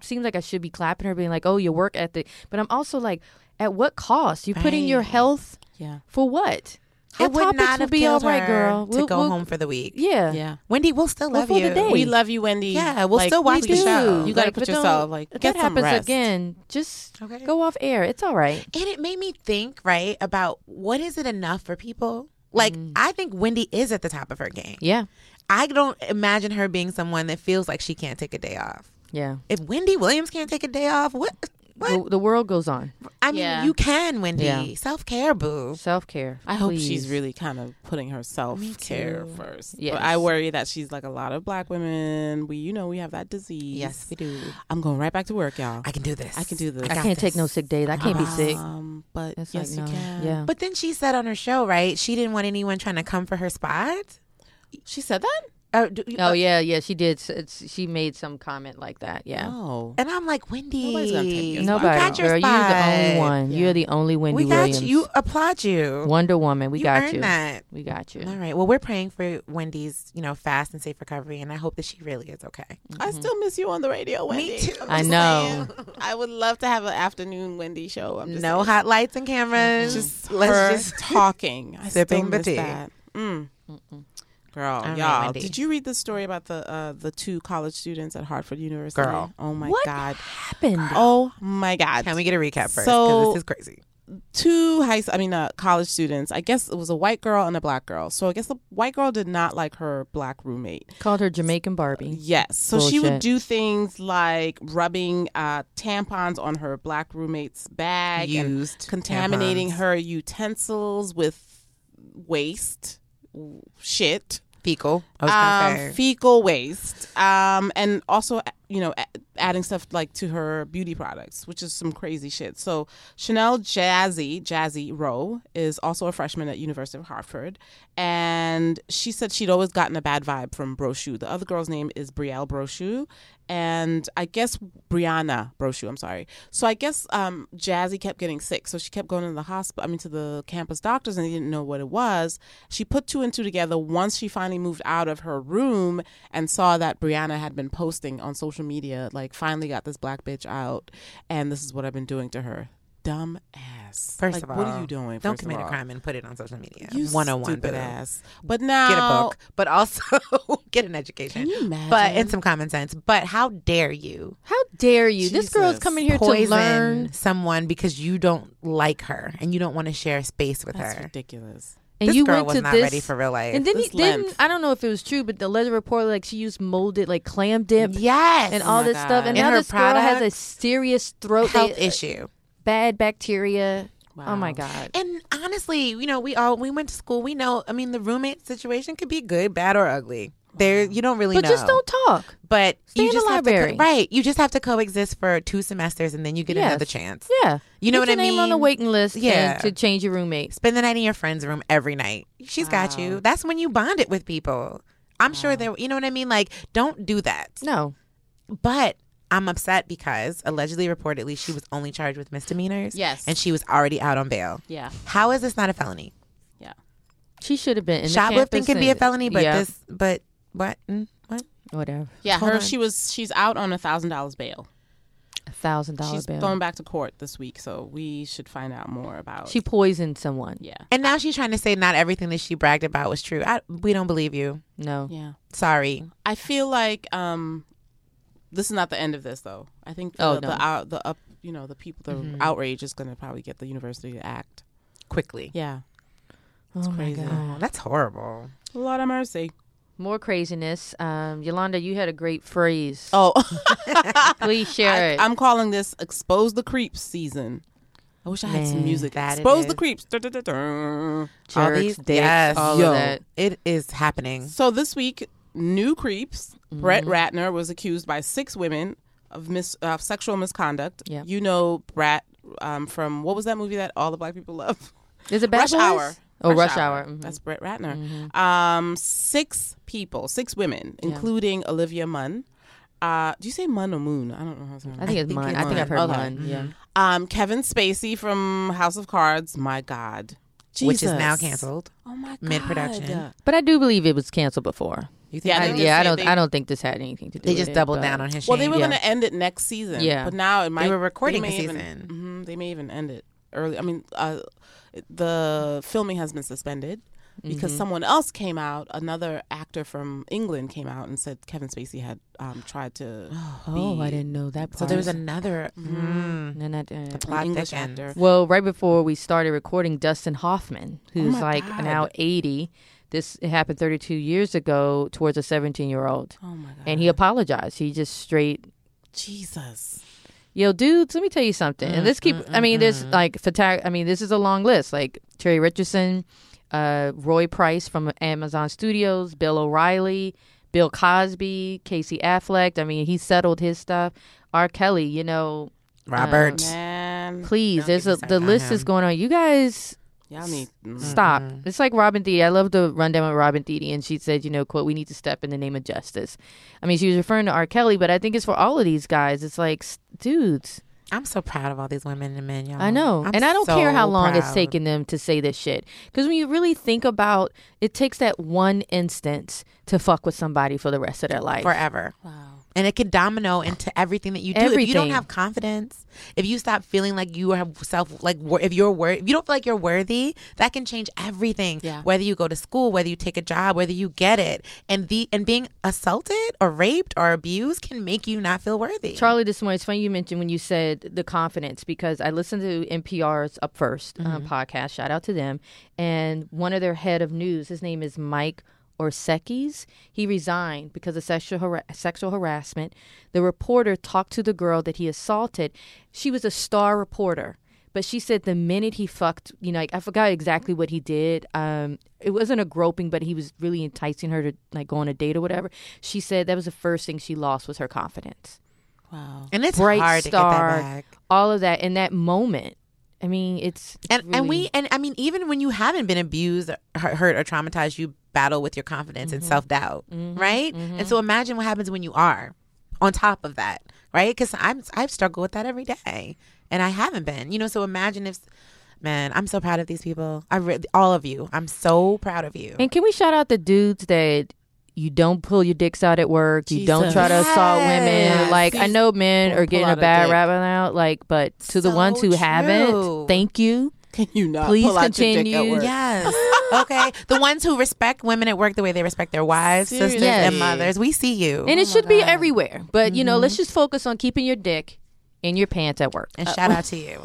Speaker 1: seems like I should be clapping her, being like, "Oh, your work ethic," but I'm also like, at what cost? You putting your health
Speaker 3: Yeah.
Speaker 1: for what? Hot
Speaker 2: it would
Speaker 1: topics
Speaker 2: not
Speaker 1: will
Speaker 2: have
Speaker 1: be all
Speaker 2: killed
Speaker 1: right,
Speaker 2: her
Speaker 1: girl.
Speaker 2: to
Speaker 1: We'll-
Speaker 2: go
Speaker 1: we'll-
Speaker 2: home for the week.
Speaker 1: Yeah,
Speaker 3: Yeah.
Speaker 2: Wendy, we'll still love
Speaker 1: for
Speaker 2: you.
Speaker 1: the day.
Speaker 3: We
Speaker 1: Hey.
Speaker 3: love you, Wendy.
Speaker 2: Yeah, we'll still watch
Speaker 1: we
Speaker 2: the
Speaker 1: do.
Speaker 2: show.
Speaker 3: You gotta
Speaker 1: Like,
Speaker 3: put
Speaker 1: but don't-
Speaker 3: yourself, like,
Speaker 1: if
Speaker 3: get
Speaker 1: that
Speaker 3: some
Speaker 1: happens
Speaker 3: rest.
Speaker 1: again. Just
Speaker 2: Okay.
Speaker 1: go off air. It's all right.
Speaker 2: And it made me think, right, about what is it enough for people? Like, I think Wendy is at the top of her game.
Speaker 1: Yeah,
Speaker 2: I don't imagine her being someone that feels like she can't take a day off.
Speaker 1: yeah.
Speaker 2: If Wendy Williams can't take a day off, what? What?
Speaker 1: The, the world goes on.
Speaker 2: I mean,
Speaker 3: Yeah.
Speaker 2: you can, Wendy.
Speaker 1: Yeah.
Speaker 2: Self care, boo.
Speaker 1: Self care.
Speaker 3: I hope she's really kind of putting herself care
Speaker 2: too.
Speaker 3: first.
Speaker 1: Yes.
Speaker 3: But I worry that she's like a lot of black women. We, you know, we have that disease.
Speaker 2: do.
Speaker 3: I'm going right back to work, y'all.
Speaker 2: I can do this.
Speaker 3: I can do this.
Speaker 1: I
Speaker 2: got
Speaker 1: can't take
Speaker 2: this.
Speaker 1: no sick days. I can't be sick.
Speaker 2: Ah,
Speaker 3: Um, but
Speaker 1: It's
Speaker 3: yes,
Speaker 1: like no.
Speaker 3: you can.
Speaker 1: Yeah.
Speaker 2: But then she said on her show, right, she didn't want anyone trying to come for her spot.
Speaker 3: She said that.
Speaker 2: Uh, do,
Speaker 1: Oh yeah, yeah. She did. s- It's, she made some comment like that. Yeah.
Speaker 3: Oh.
Speaker 2: And I'm like, Wendy,
Speaker 3: Nobody's gonna take your
Speaker 1: Nobody.
Speaker 2: We got your
Speaker 1: girl, you're the only
Speaker 2: spot.
Speaker 1: one. You're the only Wendy
Speaker 2: We got
Speaker 1: Williams.
Speaker 2: you. You applaud you.
Speaker 1: Wonder Woman. We
Speaker 2: you
Speaker 1: got
Speaker 2: earned
Speaker 1: you.
Speaker 2: that.
Speaker 1: We got you.
Speaker 2: All right. Well, we're praying for Wendy's, you know, fast and safe recovery, and I hope that she really is okay.
Speaker 3: I still miss you on the radio, Wendy.
Speaker 2: too.
Speaker 3: I'm
Speaker 1: I
Speaker 3: just
Speaker 1: know.
Speaker 3: saying. I would love to have an afternoon Wendy show. I'm just
Speaker 2: no
Speaker 3: saying.
Speaker 2: hot lights and cameras.
Speaker 3: just
Speaker 2: let's
Speaker 3: her
Speaker 2: just
Speaker 3: talking, I still
Speaker 2: Sipping the
Speaker 3: miss
Speaker 2: tea.
Speaker 3: that. Mm. Girl,
Speaker 2: right,
Speaker 3: y'all,
Speaker 2: Wendy.
Speaker 3: did you read the story about the uh, the two college students at Hartford University?
Speaker 2: Girl.
Speaker 3: oh my
Speaker 1: What
Speaker 3: god,
Speaker 1: happened?
Speaker 3: oh my god.
Speaker 2: Can we get a recap first? Because
Speaker 3: So-
Speaker 2: this is crazy.
Speaker 3: two high s- I mean uh, college students. I guess it was a white girl and a black girl. So I guess the white girl did not like her black roommate.
Speaker 1: Called her Jamaican Barbie.
Speaker 3: Yes. So she would
Speaker 1: Bullshit.
Speaker 3: do things like rubbing uh, tampons on her black roommate's bag and
Speaker 2: Used
Speaker 3: contaminating
Speaker 2: tampons.
Speaker 3: her utensils with waste shit
Speaker 2: fecal. uh, I was
Speaker 3: um,
Speaker 2: gonna say.
Speaker 3: fecal waste um, and also you know, a- adding stuff like to her beauty products, which is some crazy shit. So Chanel Jazzy Jazzy Rowe is also a freshman at University of Hartford, and she said she'd always gotten a bad vibe from Brochu. The other girl's name is Brielle Brochu, and I guess Brianna Brochu. I'm sorry. So I guess um, Jazzy kept getting sick, so she kept going to the hospital. I mean, to the campus doctors, and they didn't know what it was. She put two and two together once she finally moved out of her room and saw that Brianna had been posting on social media, like finally got this black bitch out, and this is what I've been doing to her. Dumb ass.
Speaker 2: First
Speaker 3: Like,
Speaker 2: of all,
Speaker 3: what are you doing?
Speaker 2: Don't
Speaker 3: first of
Speaker 2: commit a
Speaker 3: all?
Speaker 2: crime and put it on social media.
Speaker 3: You
Speaker 2: 101
Speaker 3: stupid
Speaker 2: boo.
Speaker 3: ass. But
Speaker 2: Get
Speaker 3: now
Speaker 2: a book, but also get an education.
Speaker 3: you imagine?
Speaker 2: But and some common sense. But how dare you
Speaker 1: How dare you? This girl's
Speaker 3: Jesus.
Speaker 1: coming here
Speaker 2: poison
Speaker 1: to learn.
Speaker 2: someone because you don't like her and you don't want to share space with
Speaker 3: That's
Speaker 2: her?
Speaker 3: ridiculous.
Speaker 1: And
Speaker 2: this
Speaker 1: you
Speaker 2: girl
Speaker 1: went
Speaker 2: was
Speaker 1: to
Speaker 2: not
Speaker 1: this
Speaker 2: ready for real life.
Speaker 1: And then he
Speaker 3: This
Speaker 1: didn't.
Speaker 3: length.
Speaker 1: I don't know if it was true, but the letter reported like she used molded like clam dip
Speaker 2: yes, Oh
Speaker 1: and all
Speaker 3: my
Speaker 1: this stuff.
Speaker 3: God.
Speaker 1: And
Speaker 2: And
Speaker 1: now
Speaker 2: her
Speaker 1: this girl has a
Speaker 2: products-
Speaker 1: serious throat
Speaker 2: health
Speaker 1: they- uh,
Speaker 2: issue.
Speaker 1: bad bacteria. Oh my
Speaker 3: Wow.
Speaker 1: god.
Speaker 2: And honestly, you know, we all we went to school. We know. I mean, the roommate situation could be good, bad, or ugly. There, you don't really
Speaker 1: But
Speaker 2: know.
Speaker 1: just don't talk.
Speaker 2: But
Speaker 1: Stay
Speaker 2: you
Speaker 1: in the
Speaker 2: just have to co-
Speaker 1: library.
Speaker 2: right. You just have to coexist for two semesters, and then you get
Speaker 1: Yes.
Speaker 2: another chance.
Speaker 1: Yeah.
Speaker 2: You know
Speaker 1: Put
Speaker 2: what I
Speaker 1: your name on the
Speaker 2: mean?
Speaker 1: waiting list. Yeah.
Speaker 2: Yeah.
Speaker 1: to change your roommates.
Speaker 2: Spend the night in your friend's room every night. She's got
Speaker 3: Wow.
Speaker 2: you. That's when you bond it with people. I'm sure there. You know what I mean? Like, don't do that.
Speaker 1: No.
Speaker 2: But I'm upset because allegedly, reportedly, she was only charged with misdemeanors.
Speaker 3: Yes.
Speaker 2: and she was already out on bail.
Speaker 3: Yeah.
Speaker 2: How is this not a felony?
Speaker 3: Yeah.
Speaker 1: She should have been in
Speaker 2: Shoplifting
Speaker 1: the campus
Speaker 2: could be a
Speaker 1: and-
Speaker 2: felony, but
Speaker 1: Yeah,
Speaker 2: this, but what? Mm, what?
Speaker 1: whatever.
Speaker 3: Yeah.
Speaker 2: Hold
Speaker 3: her.
Speaker 2: on.
Speaker 3: She was. She's out on a thousand dollars bail.
Speaker 1: A thousand dollar
Speaker 3: She's
Speaker 1: bill.
Speaker 3: going back to court this week, so we should find out more about.
Speaker 1: She poisoned someone.
Speaker 3: yeah.
Speaker 2: And now she's trying to say not everything that she bragged about was true. I, we don't believe you.
Speaker 1: No.
Speaker 3: Yeah.
Speaker 2: Sorry.
Speaker 3: I feel like um, this is not the end of this, though. I think the
Speaker 1: Oh, no.
Speaker 3: the, out, the up, you know, the people, the outrage is going to probably get the university to act.
Speaker 2: Quickly.
Speaker 3: Yeah.
Speaker 1: oh
Speaker 3: crazy.
Speaker 1: My God.
Speaker 2: Oh, that's horrible.
Speaker 3: Lord of mercy.
Speaker 1: More craziness. Um, Yolanda, you had a great phrase.
Speaker 3: Oh,
Speaker 1: Please share
Speaker 3: I,
Speaker 1: it.
Speaker 3: I'm calling this "Expose the Creeps" season. I wish I had some
Speaker 2: Man,
Speaker 3: music.
Speaker 2: that it
Speaker 3: Expose the
Speaker 2: is.
Speaker 3: creeps. Dun-dun-dun-dun.
Speaker 2: all
Speaker 1: Jerks,
Speaker 2: these-
Speaker 1: dicks,
Speaker 2: yes,
Speaker 1: all
Speaker 3: yo.
Speaker 1: of that.
Speaker 2: It is happening.
Speaker 3: So this week, new creeps. Brett Ratner was accused by six women of mis- uh, sexual misconduct.
Speaker 1: Yeah.
Speaker 3: You know Brett um, from what was that movie that all the black people love?
Speaker 1: Is it Bad
Speaker 3: Rush
Speaker 1: Boys?
Speaker 3: Hour.
Speaker 1: Oh, Rush, Hour. Mhm.
Speaker 3: That's Brett Ratner. Um, six people, six women, including Olivia Munn. Uh, do you say Munn or Moon? I don't know how to say
Speaker 1: I think it's
Speaker 2: think
Speaker 1: mine.
Speaker 2: it's
Speaker 1: I think I've
Speaker 2: mine.
Speaker 1: heard
Speaker 3: Okay.
Speaker 1: mine. Yeah.
Speaker 3: Um, Kevin Spacey from House of Cards. My God.
Speaker 2: Which is now
Speaker 3: Jesus.
Speaker 2: canceled.
Speaker 3: Oh my God.
Speaker 2: Mid-production.
Speaker 1: But I do believe it was canceled before.
Speaker 2: You think
Speaker 3: Yeah,
Speaker 1: I,
Speaker 3: they
Speaker 2: so?
Speaker 3: just
Speaker 1: yeah, I
Speaker 3: said
Speaker 1: don't.
Speaker 3: they-
Speaker 1: I don't think this had anything to do.
Speaker 2: they
Speaker 1: with
Speaker 2: just
Speaker 1: it,
Speaker 2: doubled
Speaker 1: but-
Speaker 2: down on his shame.
Speaker 3: Well, they were
Speaker 1: Yeah.
Speaker 3: going to end it next season.
Speaker 1: Yeah.
Speaker 3: But now it might.
Speaker 2: were recording
Speaker 3: may
Speaker 2: a
Speaker 3: even-
Speaker 2: season.
Speaker 3: mhm, they may even end it early. I mean, uh, the filming has been suspended
Speaker 1: Mm-hmm.
Speaker 3: because someone else came out. Another actor from England came out and said Kevin Spacey had um, tried to.
Speaker 1: Oh,
Speaker 3: be
Speaker 1: I didn't know that. Part.
Speaker 2: so there was another mm,
Speaker 1: And then I didn't-
Speaker 3: an
Speaker 2: plot
Speaker 3: English
Speaker 2: thickens.
Speaker 3: actor.
Speaker 1: Well, right before we started recording, Dustin Hoffman,
Speaker 2: Oh
Speaker 1: who's
Speaker 3: my
Speaker 1: like
Speaker 3: God.
Speaker 1: now eighty, this it happened thirty-two years ago towards a seventeen-year-old,
Speaker 3: Oh my God.
Speaker 1: and he apologized. He just straight
Speaker 3: Jesus.
Speaker 1: yo, dudes, let me tell you something. And let's keep. I mean, there's like fatag. I mean, this is a long list. Like Terry Richardson, uh, Roy Price from Amazon Studios, Bill O'Reilly, Bill Cosby, Casey Affleck. I mean, he settled his stuff. R. Kelly, you know,
Speaker 2: Robert.
Speaker 1: Oh,
Speaker 3: Man.
Speaker 1: please.
Speaker 2: Don't
Speaker 1: There's a
Speaker 2: get me
Speaker 1: the
Speaker 2: started on
Speaker 1: list is
Speaker 2: him.
Speaker 1: going on. You guys.
Speaker 3: Y'all need. mm.
Speaker 1: Stop. It's like Robin Thede. I love the rundown with Robin Thede, and she said, you know, quote, we need to step in the name of justice. I mean, she was referring to R. Kelly, but I think it's for all of these guys. It's like, s- dudes,
Speaker 2: I'm so proud of all these women and men, y'all.
Speaker 1: I know.
Speaker 2: I'm
Speaker 1: and I don't care
Speaker 2: so
Speaker 1: how long it's
Speaker 2: proud.
Speaker 1: taken them to say this shit. Because when you really think about it takes that one instance to fuck with somebody for the rest of their life.
Speaker 2: forever.
Speaker 3: Wow.
Speaker 2: And it could domino into everything that you do. If you
Speaker 1: Everything.
Speaker 2: don't have confidence, if you stop feeling like you have self, like wor- if you're worth, if you don't feel like you're worthy, that can change everything.
Speaker 3: Yeah.
Speaker 2: Whether you go to school, whether you take a job, whether you get it, and the and being assaulted or raped or abused can make you not feel worthy.
Speaker 1: Charlie, this morning, it's funny you mentioned when you said the confidence because I listened to NPR's Up 1st uh, podcast. Shout out to them. And one of their head of news, his name is Mike Orsekes. He resigned because of sexual, har- sexual harassment. The reporter talked to the girl that he assaulted. She was a star reporter. But she said the minute he fucked, you know, like, I forgot exactly what he did. Um, it wasn't a groping, but he was really enticing her to like go on a date or whatever. She said that was the first thing she lost was her confidence.
Speaker 3: Wow.
Speaker 2: And it's
Speaker 1: Bright
Speaker 2: hard
Speaker 1: star,
Speaker 2: to get that back.
Speaker 1: All of that in that moment. I mean, it's, it's
Speaker 2: and and
Speaker 1: really-
Speaker 2: we and I mean even when you haven't been abused, or hu- hurt, or traumatized, you battle with your confidence
Speaker 1: Mm-hmm.
Speaker 2: and self doubt, right? And so imagine what happens when you are on top of that, right? Because I'm I've struggled with that every day, and I haven't been, you know. So imagine if, man, I'm so proud of these people. I re- all of you. I'm so proud of you.
Speaker 1: And can we shout out the dudes that you don't pull your dicks out at work, you don't
Speaker 3: Jesus.
Speaker 1: try to assault women.
Speaker 2: Yes.
Speaker 1: Like I
Speaker 3: Please
Speaker 1: know men
Speaker 3: pull-
Speaker 1: are getting
Speaker 3: pull
Speaker 1: a
Speaker 3: out a
Speaker 1: bad
Speaker 3: dick.
Speaker 1: rap now, like but to the
Speaker 2: So
Speaker 1: ones who haven't,
Speaker 2: true.
Speaker 1: thank you.
Speaker 3: Can you not
Speaker 1: Please
Speaker 3: pull out your dick at
Speaker 1: continue.
Speaker 3: work?
Speaker 2: Yes. okay. The ones who respect women at work the way they respect their wives, sisters,
Speaker 1: Seriously.
Speaker 2: and mothers. We see you.
Speaker 1: And it should be everywhere. But you know, let's just focus on keeping your dick in your pants at work.
Speaker 2: Mm-hmm. and shout out to you.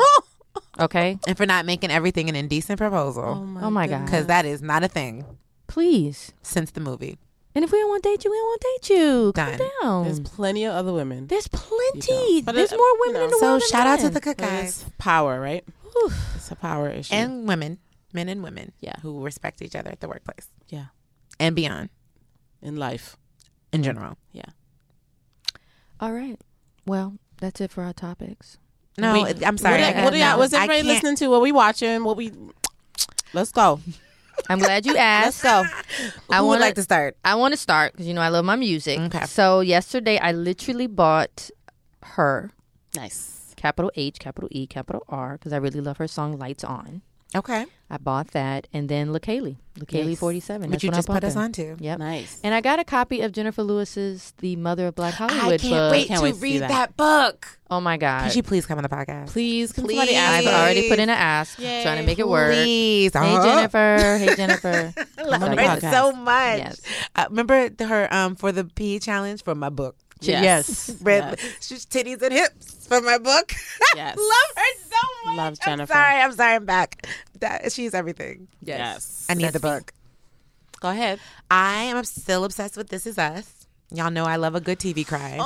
Speaker 1: Okay?
Speaker 2: and for not making everything an indecent
Speaker 3: Oh
Speaker 2: proposal.
Speaker 3: my,
Speaker 1: Oh my
Speaker 3: goodness.
Speaker 1: God.
Speaker 2: Because that is not a thing
Speaker 1: Please.
Speaker 2: since the movie.
Speaker 1: And if we don't want to date you, we don't want to date you. Calm
Speaker 2: Done.
Speaker 1: down.
Speaker 3: There's
Speaker 1: There's,
Speaker 3: plenty of other women.
Speaker 1: plenty.
Speaker 3: But
Speaker 1: There's
Speaker 3: it-
Speaker 1: more
Speaker 3: you
Speaker 1: women
Speaker 3: know,
Speaker 1: in the
Speaker 2: So
Speaker 1: world. than
Speaker 2: shout out to
Speaker 1: men.
Speaker 2: the good
Speaker 3: But
Speaker 2: guys
Speaker 3: It's power, right?
Speaker 1: Whew.
Speaker 3: It's a power issue.
Speaker 2: and women, men and women,
Speaker 3: Yeah.
Speaker 2: who respect each other at the workplace
Speaker 3: yeah,
Speaker 2: and beyond
Speaker 3: in life.
Speaker 2: in general.
Speaker 1: All right. Well, that's it for our topics.
Speaker 2: No,
Speaker 3: Wait,
Speaker 2: I'm sorry.
Speaker 1: what
Speaker 2: I
Speaker 1: do-
Speaker 3: What,
Speaker 1: I-
Speaker 3: what do y'all,
Speaker 1: no,
Speaker 3: was
Speaker 2: I
Speaker 3: everybody
Speaker 2: can't-
Speaker 3: listening to? What we watching? What we? Let's go.
Speaker 1: I'm glad you asked.
Speaker 3: go.
Speaker 1: I
Speaker 2: Who would
Speaker 1: wanna-
Speaker 2: like to start?
Speaker 1: I want to start because you know I love my music.
Speaker 2: Okay.
Speaker 1: So yesterday I literally bought her
Speaker 3: Nice.
Speaker 1: capital H, capital E, capital R because I really love her song "Lights On."
Speaker 2: Okay.
Speaker 1: I bought that, and then LaKaylee, LaKaylee
Speaker 3: Yes.
Speaker 1: forty seven.
Speaker 2: But you just put us onto.
Speaker 1: Yep.
Speaker 3: Nice.
Speaker 1: And I got a copy of Jennifer Lewis's "The Mother of Black Hollywood"
Speaker 2: I can't
Speaker 1: book.
Speaker 2: wait
Speaker 3: Can't
Speaker 2: to
Speaker 3: wait to see
Speaker 2: read that.
Speaker 3: that.
Speaker 2: book.
Speaker 1: Oh my god!
Speaker 2: Could you please come on the podcast?
Speaker 3: please, can
Speaker 2: Please.
Speaker 3: somebody ask
Speaker 1: I've
Speaker 2: Please.
Speaker 3: us?
Speaker 1: already put in an ask,
Speaker 3: Yay.
Speaker 1: trying to make it work.
Speaker 2: Please.
Speaker 1: Hey
Speaker 2: Uh-huh.
Speaker 1: Jennifer. Hey Jennifer.
Speaker 2: I
Speaker 1: I'm on
Speaker 2: love
Speaker 1: the
Speaker 2: her
Speaker 1: podcast.
Speaker 2: so much.
Speaker 1: Yes.
Speaker 2: Uh, remember the- her um for the P challenge for my book.
Speaker 3: Yes.
Speaker 1: Yes.
Speaker 2: Red she's titties and hips for my book.
Speaker 3: Yes.
Speaker 2: love her so much.
Speaker 3: Love Jennifer.
Speaker 2: I'm sorry. I'm sorry. I'm back. That, she's everything.
Speaker 3: Yes.
Speaker 2: I need the book.
Speaker 3: Go ahead.
Speaker 2: I am still obsessed with This Is Us. Y'all know I love a good TV cry.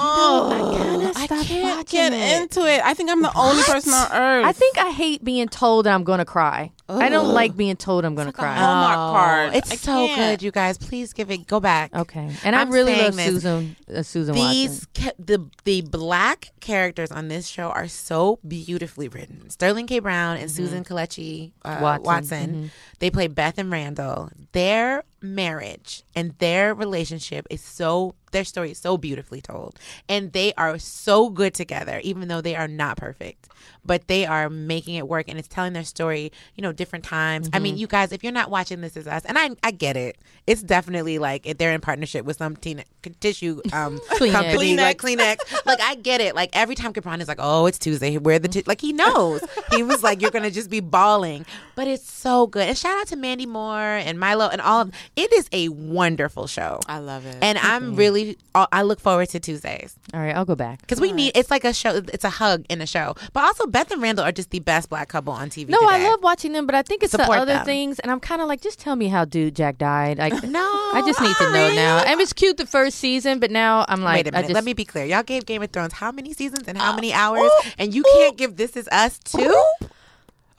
Speaker 3: Oh, I, can't get into it. I think I'm the only person on earth.
Speaker 1: I think I hate being told that I'm going to cry. I don't like being told I'm going to cry.
Speaker 3: Hallmark card.
Speaker 2: It's
Speaker 3: I
Speaker 2: so
Speaker 3: can't.
Speaker 2: good, you guys. Please give it. Go back.
Speaker 1: Okay, and i
Speaker 2: I'm
Speaker 1: really
Speaker 2: saying
Speaker 1: love
Speaker 2: this.
Speaker 1: Susan. Uh, Susan
Speaker 2: These ca- the the black characters on this show are so beautifully written. Sterling K. Brown and Susan Kelechi uh,
Speaker 1: Watson.
Speaker 2: Watson. They play Beth and Randall. Their marriage and their relationship is so their story is so beautifully told, and they are so good together. Even though they are not perfect, but they are making it work, and it's telling their story. You know, different times. I mean, you guys, if you're not watching This Is Us, and I I get it. It's definitely like if they're in partnership with some teen, tissue um,
Speaker 1: Kleenex.
Speaker 2: company like Kleenex. like I get it. Like every time Capron is like, "Oh, it's Tuesday. Where the t-? like he knows." he was like, "You're gonna just be bawling," but it's so good. And shout out to Mandy Moore and Milo and all. Of, it is a wonderful show,
Speaker 3: I love it.
Speaker 2: and
Speaker 1: Mm-hmm.
Speaker 2: I'm really I look forward to Tuesdays
Speaker 1: Watson. All right, I'll go back.
Speaker 2: because we need. It's like a show. It's a hug in a show. But also, Beth and Randall are just the best black couple on TV.
Speaker 1: No, I
Speaker 2: today.
Speaker 1: love watching them, but I think it's
Speaker 2: Support
Speaker 1: the other
Speaker 2: them.
Speaker 1: things, and I'm kind of like, just tell me how dude Jack died. Like,
Speaker 2: No,
Speaker 1: I just need to know
Speaker 2: Ari.
Speaker 1: now. And it's cute the first season, but now I'm like,
Speaker 2: Wait a minute.
Speaker 1: I just, Uh,
Speaker 2: Let me be clear. Y'all gave Game of Thrones how many seasons and how many hours? and you can't give This Is Us two?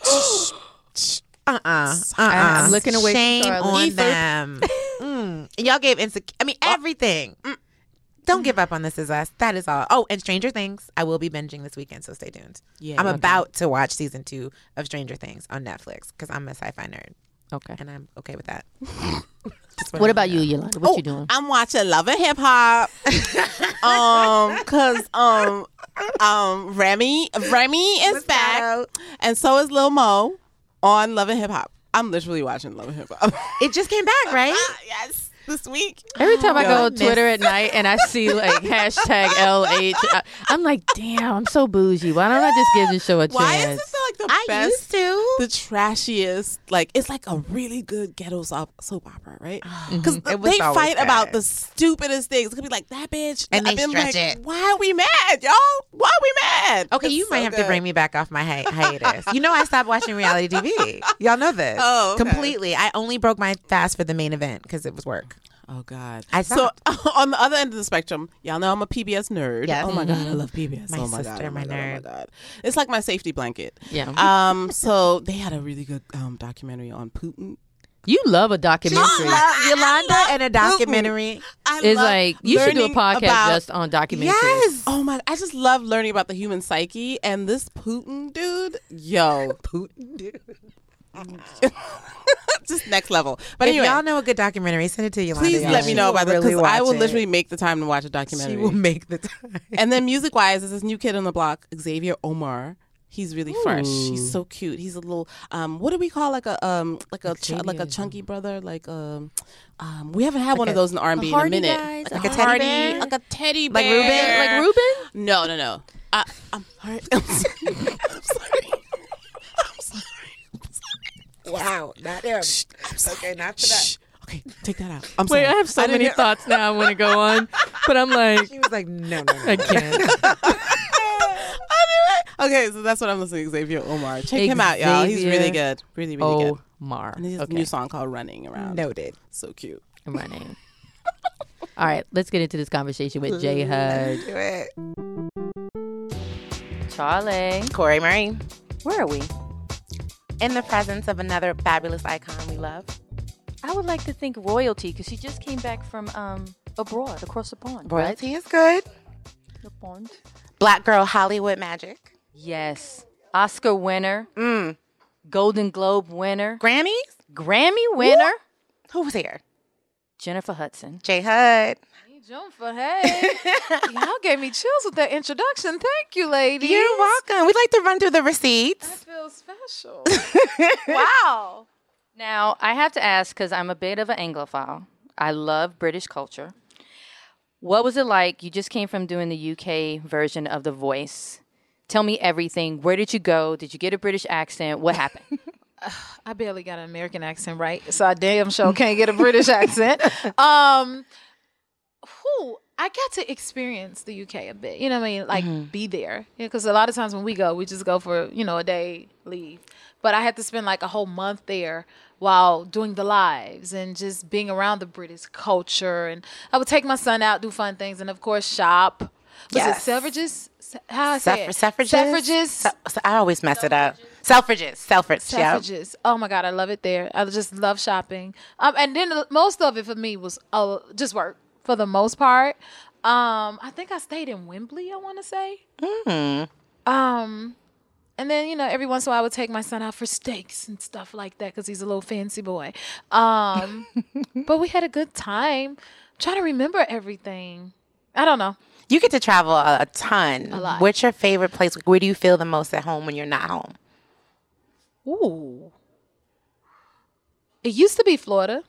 Speaker 2: uh uh. Uh
Speaker 1: I'm looking away from
Speaker 2: Shame
Speaker 1: Charlotte.
Speaker 2: on
Speaker 1: Ether. Oh.
Speaker 2: them. Mm. And Y'all gave insecure. I mean, everything. Mm. Don't give up on This Is Us. That is all. Oh, and Stranger Things. I will be binging this weekend, so stay tuned.
Speaker 3: Yeah,
Speaker 2: I'm
Speaker 3: okay.
Speaker 2: about to watch season two of Stranger Things on Netflix because I'm a sci fi nerd
Speaker 1: okay.
Speaker 2: and I'm okay with that.
Speaker 1: What about you, Yolanda? What
Speaker 3: Oh,
Speaker 1: you doing?
Speaker 3: I'm watching Love and Hip Hop. um, cause um, um, Remy, Remy is back,
Speaker 2: Moscato.
Speaker 3: and so is Lil Mo on Love and Hip Hop. I'm literally watching Love and Hip Hop.
Speaker 2: It just came back, right?
Speaker 3: yes, this week.
Speaker 1: Every time I go
Speaker 2: I
Speaker 1: on Twitter at night and I see like hashtag LH, I, am like, damn, I'm so bougie. Why don't I just give this show a
Speaker 3: Why is
Speaker 1: chance?
Speaker 3: this like the
Speaker 2: I
Speaker 3: best?
Speaker 2: used to.
Speaker 3: the trashiest like it's like a really good ghetto soap, soap opera right
Speaker 2: Ah.
Speaker 3: because
Speaker 1: Mm-hmm.
Speaker 2: It was
Speaker 3: they
Speaker 2: always
Speaker 3: fight
Speaker 2: bad.
Speaker 3: about the stupidest things it could be like that bitch
Speaker 2: And
Speaker 3: I've
Speaker 2: they
Speaker 3: been
Speaker 2: stretch
Speaker 3: like,
Speaker 2: it.
Speaker 3: why are we mad y'all why are we mad
Speaker 2: Okay,
Speaker 3: It's
Speaker 2: you might
Speaker 3: so
Speaker 2: have
Speaker 3: good.
Speaker 2: to bring me back off my hi- hiatus. you know, I stopped watching reality TV. Y'all know this.
Speaker 3: Oh, okay.
Speaker 2: completely. I only broke my fast for the main event because it was work.
Speaker 3: Oh God!
Speaker 2: I
Speaker 3: so
Speaker 2: stopped.
Speaker 3: on the other end of the spectrum, y'all know I'm a PBS nerd.
Speaker 2: Yes.
Speaker 3: Oh my God, I love PBS.
Speaker 2: Mm-hmm. My
Speaker 3: oh my God,
Speaker 2: sister,
Speaker 3: oh
Speaker 2: my
Speaker 3: God,
Speaker 2: nerd.
Speaker 3: Oh my God, it's like my safety blanket.
Speaker 1: Yeah.
Speaker 3: Um. So they had a really good um documentary on Putin.
Speaker 1: You love a documentary.
Speaker 2: Yolanda and a documentary.
Speaker 3: I
Speaker 1: It's
Speaker 3: love
Speaker 1: like you should do a
Speaker 3: learning
Speaker 1: podcast
Speaker 3: about-
Speaker 1: just on documentaries.
Speaker 2: Yes.
Speaker 3: Oh my! I just love learning about the human psyche and this Putin dude. Yo, Putin dude. just next level. But
Speaker 2: If
Speaker 3: anyway,
Speaker 2: y'all know a good documentary, send it to Yolanda.
Speaker 3: please
Speaker 2: y'all.
Speaker 3: let me
Speaker 2: She
Speaker 3: know
Speaker 2: will
Speaker 3: about that because
Speaker 2: really
Speaker 3: I will
Speaker 2: watch it.
Speaker 3: literally make the time to watch a
Speaker 2: She
Speaker 3: documentary.
Speaker 2: will make the time.
Speaker 3: and then music wise, this is new kid on the block, Xavier Omar. He's really fresh. He's so cute. He's a little um what do we call like a um like a ch- like a chunky brother like um um we haven't had one of those in R and B in a
Speaker 1: Hardy
Speaker 3: minute.
Speaker 1: guys,
Speaker 3: like
Speaker 1: a
Speaker 3: a,
Speaker 1: Hardy
Speaker 3: Hardy,
Speaker 1: bear?
Speaker 3: like a teddy bear.
Speaker 2: Like Reuben?
Speaker 1: Like Ruben?
Speaker 3: No, no, no. I, I'm hurt. I'm sorry. I'm sorry. I'm sorry.
Speaker 2: Wow, not him. Okay, not for that.
Speaker 3: Shh. Okay, take that out. I'm
Speaker 1: Wait,
Speaker 3: sorry.
Speaker 1: I have so many thoughts now I want to go on, but I'm like,
Speaker 2: She was like, no, no,
Speaker 1: I
Speaker 2: no.
Speaker 1: can't.
Speaker 3: okay, so that's what I'm listening to Xavier Omar. Check him out, y'all. He's really
Speaker 1: Xavier
Speaker 3: good. Really, really good.
Speaker 1: Omar.
Speaker 3: And he has a
Speaker 1: Okay,
Speaker 3: new song called Running Around.
Speaker 2: Noted.
Speaker 3: So cute.
Speaker 1: I'm running. All right, let's get into this conversation with J Hud.
Speaker 2: Do it.
Speaker 1: Charlie.
Speaker 2: Corey Murray.
Speaker 1: Where are we?
Speaker 2: In the presence of another fabulous icon we love.
Speaker 1: I would like to think royalty because she just came back from um abroad, across the pond.
Speaker 2: Royalty is good.
Speaker 1: Right? The pond.
Speaker 2: Black girl Hollywood magic.
Speaker 1: Yes. Oscar winner,
Speaker 2: Mm.
Speaker 1: Golden Globe winner,
Speaker 2: Grammys?
Speaker 1: Grammy winner,
Speaker 2: Who was here?
Speaker 1: Jennifer Hudson.
Speaker 2: J Hud.
Speaker 1: Jennifer, hey. Y'all gave me chills with that introduction. Thank you, ladies.
Speaker 2: You're welcome. We'd like to run through the receipts.
Speaker 5: feel special.
Speaker 1: wow. Now, I have to ask because I'm a bit of an Anglophile. I love British culture. What was it like? You just came from doing the UK version of The Voice. Tell me everything. Where did you go? Did you get a British accent? What happened?
Speaker 5: I barely got an American accent right, so I damn sure can't get a British accent. Um, who I got to experience the UK a bit. You know what I mean? Like
Speaker 2: Mm-hmm.
Speaker 5: be there, because a lot of times when we go, we just go for you know a day, leave. But I had to spend like a whole month there while doing the lives and just being around the British culture. And I would take my son out, do fun things, and of course shop. Was
Speaker 2: Yes.
Speaker 5: it suffragists? How I say
Speaker 2: Suffra-
Speaker 5: it?
Speaker 2: suffragists?
Speaker 5: Suffragists.
Speaker 2: Su- su- I always mess it up. Selfridges. Selfridges. Yep.
Speaker 5: Suffrages. Oh my God, I love it there. I just love shopping. Um, and then the- most of it for me was uh, just work for the most part. Um, I think I stayed in Wembley. I want to say. Um, and then you know every once in a while I would take my son out for steaks and stuff like that because he's a little fancy boy. Um, but we had a good time. trying to remember everything. I don't know.
Speaker 2: You get to travel a, a ton.
Speaker 5: lot.
Speaker 2: What's your favorite place? Where do you feel the most at home when you're not home?
Speaker 5: Ooh. It used to be Florida.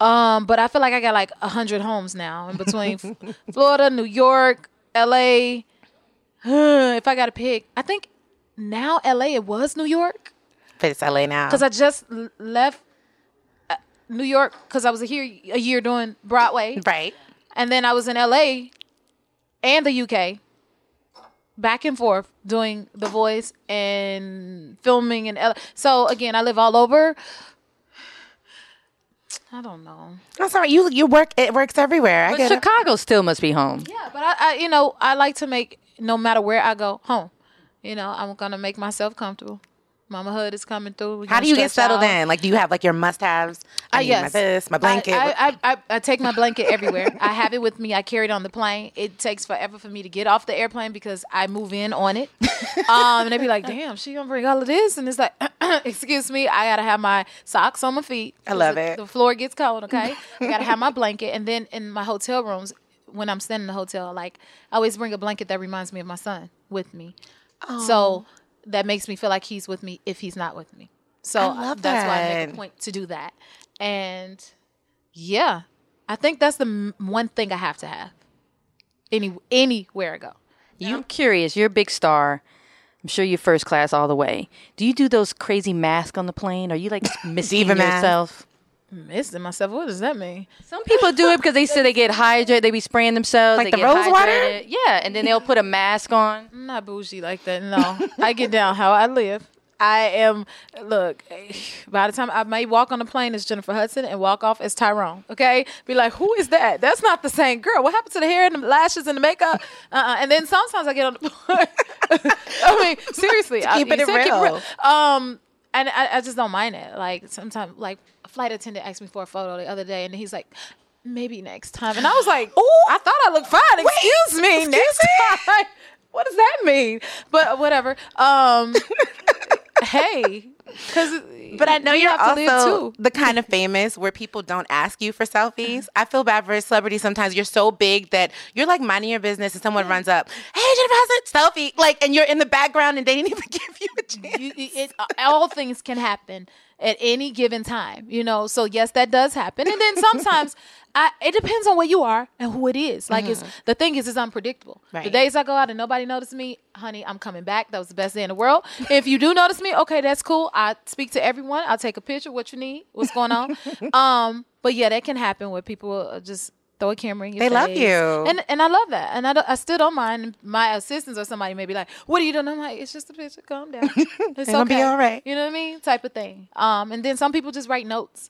Speaker 5: Um, but I feel like I got like a hundred homes now in between F- Florida, New York, LA. if I gotta pick, I think now LA it was New York.
Speaker 2: But it's LA now.
Speaker 5: Because I just l- left uh, New York because I was here a year doing Broadway.
Speaker 2: right.
Speaker 5: And then I was in LA and the UK, back and forth doing The Voice and filming in LA. So again, I live all over. I don't know.
Speaker 2: I'm sorry. You you work. It works everywhere. I get it.
Speaker 1: Chicago still must be home.
Speaker 5: Yeah, but I, I, you know, I like to make no matter where I go home. You know, I'm gonna make myself comfortable. Mama Hood is coming through. We
Speaker 2: How
Speaker 5: gonna
Speaker 2: do you get
Speaker 5: stretch
Speaker 2: settled
Speaker 5: out.
Speaker 2: in? Like, do you have like your must-haves? I
Speaker 5: Uh,
Speaker 2: need my
Speaker 5: yes.
Speaker 2: this, my blanket.
Speaker 5: I, I, I, I, I take my blanket everywhere. I have it with me. I carry it on the plane. It takes forever for me to get off the airplane because I move in on it. Um, and they be like, "Damn, she gonna bring all of this," and it's like, "Excuse me, I gotta have my socks on my feet." I
Speaker 2: love it.
Speaker 5: The floor gets cold. Okay, I gotta have my blanket, and then in my hotel rooms. When I'm staying in the hotel, like I always bring a blanket that reminds me of my son with me,
Speaker 2: Oh.
Speaker 5: so that makes me feel like he's with me if he's not with me. So
Speaker 2: love
Speaker 5: that's why I make
Speaker 2: that.
Speaker 5: a point to do that. And yeah, I think that's the m- one thing I have to have. Any anywhere I go,
Speaker 1: I'm curious. You're a big star. I'm sure you're first class all the way. Do you do those crazy masks on the plane? Are you like missing
Speaker 2: Diva mask.
Speaker 1: yourself?
Speaker 5: missing myself. What does that mean?
Speaker 1: Some people do it because they say they get hydrated. They be spraying themselves.
Speaker 2: Like
Speaker 1: they
Speaker 2: the
Speaker 1: get
Speaker 2: rose water?
Speaker 1: hydrated. Yeah, and then they'll put a mask on.
Speaker 5: I'm not bougie like that. No, I get down how I live. I am. Look, by the time I may walk on the plane as Jennifer Hudson and walk off as Tyrone. Okay, be like, who is that? That's not the same girl. What happened to the hair and the lashes and the makeup? Uh-uh. And then sometimes I get on the. I mean, seriously, I,
Speaker 2: Keeping
Speaker 5: you
Speaker 2: it
Speaker 5: said keep
Speaker 2: real.
Speaker 5: Um, and I, I just don't mind it. Like sometimes, like a flight attendant asked me for a photo the other day, and he's like. Maybe next time, and I was like, "Oh, I thought I looked fine. Excuse me, next time." What does that mean? But whatever. Um, hey, because
Speaker 2: But I know
Speaker 5: you
Speaker 2: you're
Speaker 5: have to
Speaker 2: also
Speaker 5: live too. Mm-hmm.
Speaker 2: the kind of famous where people don't ask you for selfies. I feel bad for a celebrity sometimes. You're so big that you're like minding your business and someone runs up, hey, Jennifer Hudson, selfie. Like, and you're in the background and they didn't even give you a chance.
Speaker 5: You, you- it, all things can happen at any given time, you know. So yes, that does happen, and then sometimes I, it depends on where you are and who it is. Like it's
Speaker 2: Mm-hmm.
Speaker 5: the thing is, it's unpredictable. The
Speaker 2: Right.
Speaker 5: days I go out and nobody notices me, honey, I'm coming back. That was the best day in the world. if you do notice me, okay, that's cool. I speak to everyone. I'll take a picture. What you need? What's going on? um, but yeah, that can happen where people uh, just. Throw a camera in your
Speaker 2: They love
Speaker 5: face.
Speaker 2: you.
Speaker 5: and and I love that, and I, don't- I still don't mind. My assistants or somebody may be like, "What are you doing?" I'm like, "It's just a picture. Calm down. It's
Speaker 2: It'll be all right.
Speaker 5: You know what I mean? Type of thing. Um, and then some people just write notes.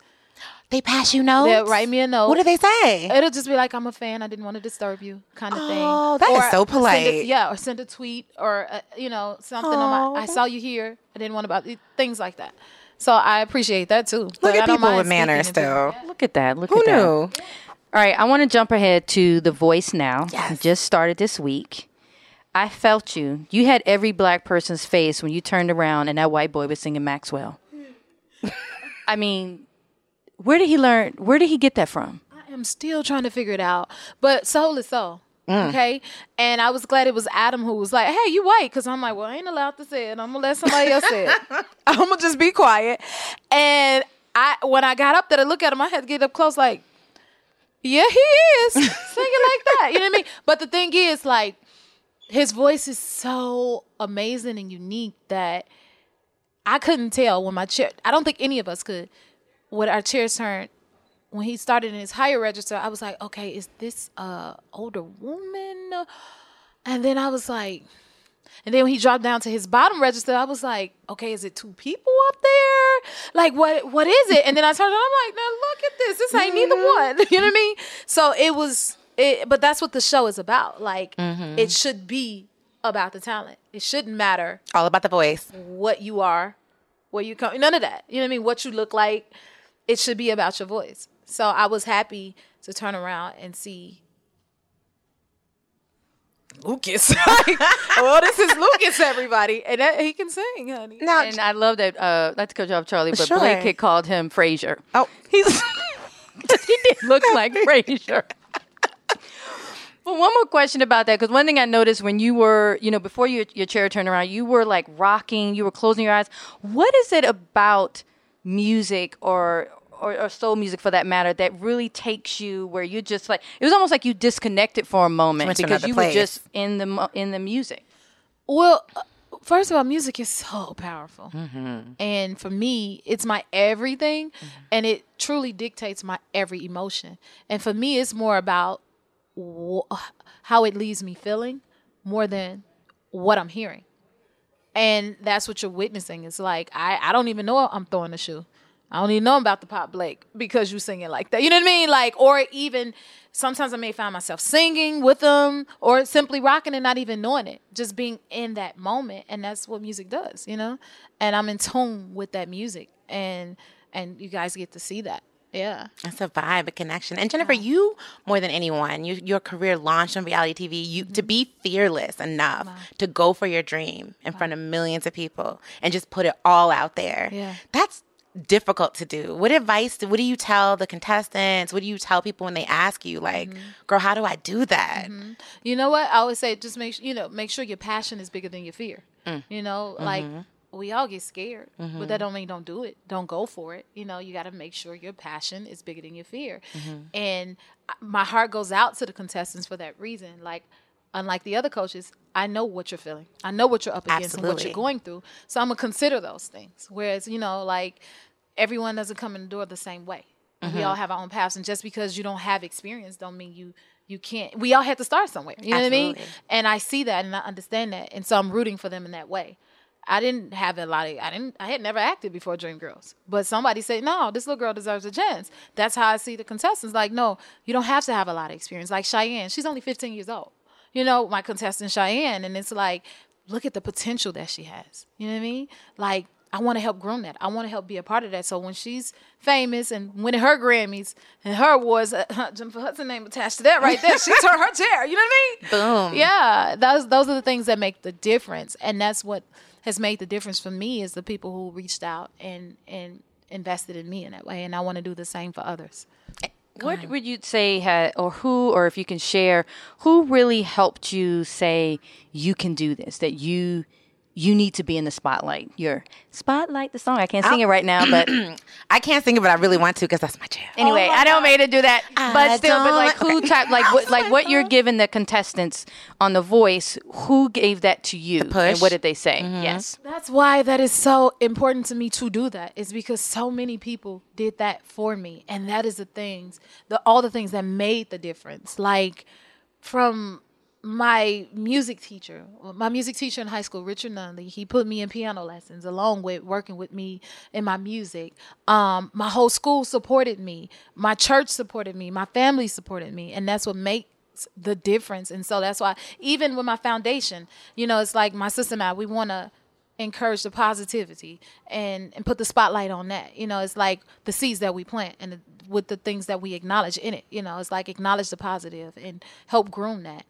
Speaker 2: They pass you notes.
Speaker 5: They'll write me a note.
Speaker 2: What do they say?
Speaker 5: It'll just be like, "I'm a fan. I didn't want to disturb you," kind of thing.
Speaker 2: Oh, that is so
Speaker 5: send a-
Speaker 2: polite.
Speaker 5: yeah, or send a tweet or uh, you know something. On my, I
Speaker 2: Aw.
Speaker 5: saw you here. I didn't want to bother. Things like that. So I appreciate that too.
Speaker 2: Look
Speaker 5: But I
Speaker 2: at
Speaker 5: don't
Speaker 2: people
Speaker 5: mind
Speaker 2: with
Speaker 5: speaking
Speaker 2: manners,
Speaker 5: to people.
Speaker 2: though.
Speaker 1: Look at that. Look
Speaker 2: Who
Speaker 1: at that.
Speaker 2: knew?
Speaker 1: All right, I want to jump ahead to The Voice now. Yes. Just started this week. I felt you. You had every black person's face when you turned around and that white boy was singing Maxwell. I mean, where did he learn? Where did he get that from?
Speaker 5: I am still trying to figure it out. But soul is soul. Okay. And I was glad it was Adam who was like, hey, you white. Cause I'm like, well, I ain't allowed to say it. I'm gonna let somebody else say it. I'm gonna just be quiet. And I when I got up there to look at him, I had to get up close, like, yeah, he is singing like that. You know what I mean? But the thing is, like, his voice is so amazing and unique that I couldn't tell when my chair. I don't think any of us could. When our chairs turned, when he started in his higher register, I was like, okay, is this a older woman? And then I was like, and then when he dropped down to his bottom register, I was like, okay, is it two people up there? Like, what what is it? And then I turned around, I'm like, now look at this. This ain't neither
Speaker 2: Mm-hmm.
Speaker 5: one. You know what I mean? So it was it but that's what the show is about. Like
Speaker 2: Mm-hmm.
Speaker 5: it should be about the talent. It shouldn't matter
Speaker 2: All about the voice.
Speaker 5: what you are, where you come, none of that. You know what I mean? What you look like, it should be about your voice. So I was happy to turn around and see Lucas. like, oh, this is Lucas, everybody, and that, he can sing, honey.
Speaker 2: Now,
Speaker 1: And I love that. Uh, not to cut you off, Charlie, but
Speaker 2: Sure.
Speaker 1: Blake had called him Frasier.
Speaker 2: oh,
Speaker 1: He's he did look like Frasier. But one more question about that, because one thing I noticed when you were, you know, before your, your chair turned around, you were like rocking, you were closing your eyes. What is it about music or or, or soul music for that matter that really takes you where you just like it was almost like you disconnected for a moment
Speaker 2: Went to
Speaker 1: because
Speaker 2: another
Speaker 1: you
Speaker 2: place.
Speaker 1: were just in the mo- in the music.
Speaker 5: Well, uh, first of all, music is so powerful. And for me, it's my everything and it truly dictates my every emotion. And for me, it's more about wh- how it leaves me feeling more than what I'm hearing. And that's what you're witnessing. It's like, I, I don't even know I'm throwing a shoe. I don't even know about the pop Blake because you singing like that. You know what I mean? Like, or even sometimes I may find myself singing with them or simply rocking and not even knowing it, just being in that moment. And that's what music does, you know? And I'm in tune with that music. And and you guys get to see that. Yeah.
Speaker 2: It's a vibe, a connection. And Jennifer, you more than anyone, you, your career launched on reality TV. You to be fearless enough to go for your dream in front of millions of people and just put it all out there.
Speaker 5: Yeah.
Speaker 2: That's difficult to do. What advice? do- What do you tell the contestants? What do you tell people when they ask you, like, "Girl, how do I do that?"
Speaker 5: You know what? I always say just make su- you know, make sure your passion is bigger than your fear. You know, like we all get scared, but that don't mean don't do it. Don't go for it. You know, you got to make sure your passion is bigger than your fear. And I- my heart goes out to the contestants for that reason. Like unlike the other coaches, I know what you're feeling. I know what you're up against and what
Speaker 2: Absolutely.
Speaker 5: you're going through. So I'm going to consider those things. Whereas, you know, like everyone doesn't come in the door the same way. We all have our own paths, and just because you don't have experience, don't mean you you can't. We all have to start somewhere. You know what I mean?
Speaker 2: Absolutely.
Speaker 5: And I see that, and I understand that, and so I'm rooting for them in that way. I didn't have a lot of I didn't I had never acted before Dreamgirls. But somebody said, No, this little girl deserves a chance. That's how I see the contestants. Like, no, you don't have to have a lot of experience. Like Cheyenne, she's only fifteen years old. You know, my contestant Cheyenne, and it's like, look at the potential that she has. You know what I mean? Like I want to help groom that. I want to help be a part of that. So when she's famous and winning her Grammys and her awards, uh, Jennifer Hudson name attached to that right there, she turned her chair. You know what I mean?
Speaker 2: Boom.
Speaker 5: yeah those those are the things that make the difference and that's what has made the difference for me is the people who reached out and and invested in me in that way and i want to do the same for others
Speaker 1: What would you say had, or who, or if you can share, who really helped you say you can do this? That you you need to be in the spotlight. Your spotlight, the song. I can't sing it right now, but
Speaker 2: I can't sing it, but I really want to because that's Oh my jam.
Speaker 1: anyway, I don't mean to do that.
Speaker 2: I
Speaker 1: But still, but
Speaker 2: don't-
Speaker 1: like who type, like what, like what you're giving the contestants on the Voice? Who gave that to you? And
Speaker 2: push. Mm-hmm.
Speaker 1: what did they say? Yes.
Speaker 5: That's why that is so important to me to do that. Is because so many people did that for me, and that is the things, the all the things that made the difference. Like from my music teacher, my music teacher in high school, Richard Nunley, he put me in piano lessons along with working with me in my music. Um, my whole school supported me, my church supported me, my family supported me, and that's what made makes the difference. And so that's why, even with my foundation, you know, it's like my sister and I, we want to encourage the positivity and, and put the spotlight on that. You know, it's like the seeds that we plant and the, with the things that we acknowledge in it, you know, it's like acknowledge the positive and help groom that.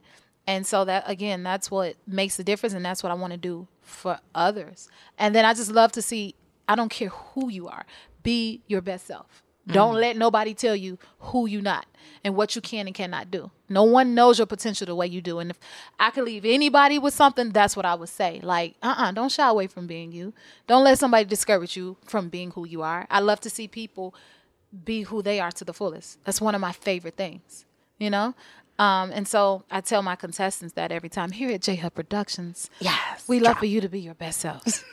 Speaker 5: And so that again, that's what makes the difference, and that's what I want to do for others. And then I just love to see. I don't care who you are, be your best self. Don't let nobody tell you who you not and what you can and cannot do. No one knows your potential the way you do. And if I could leave anybody with something, that's what I would say. Like, uh uh-uh, uh, do not shy away from being you. Don't let somebody discourage you from being who you are. I love to see people be who they are to the fullest. That's one of my favorite things, you know? Um, and so I tell my contestants that every time here at J Hub Productions,
Speaker 2: Yes.
Speaker 5: we love for you to be your best selves.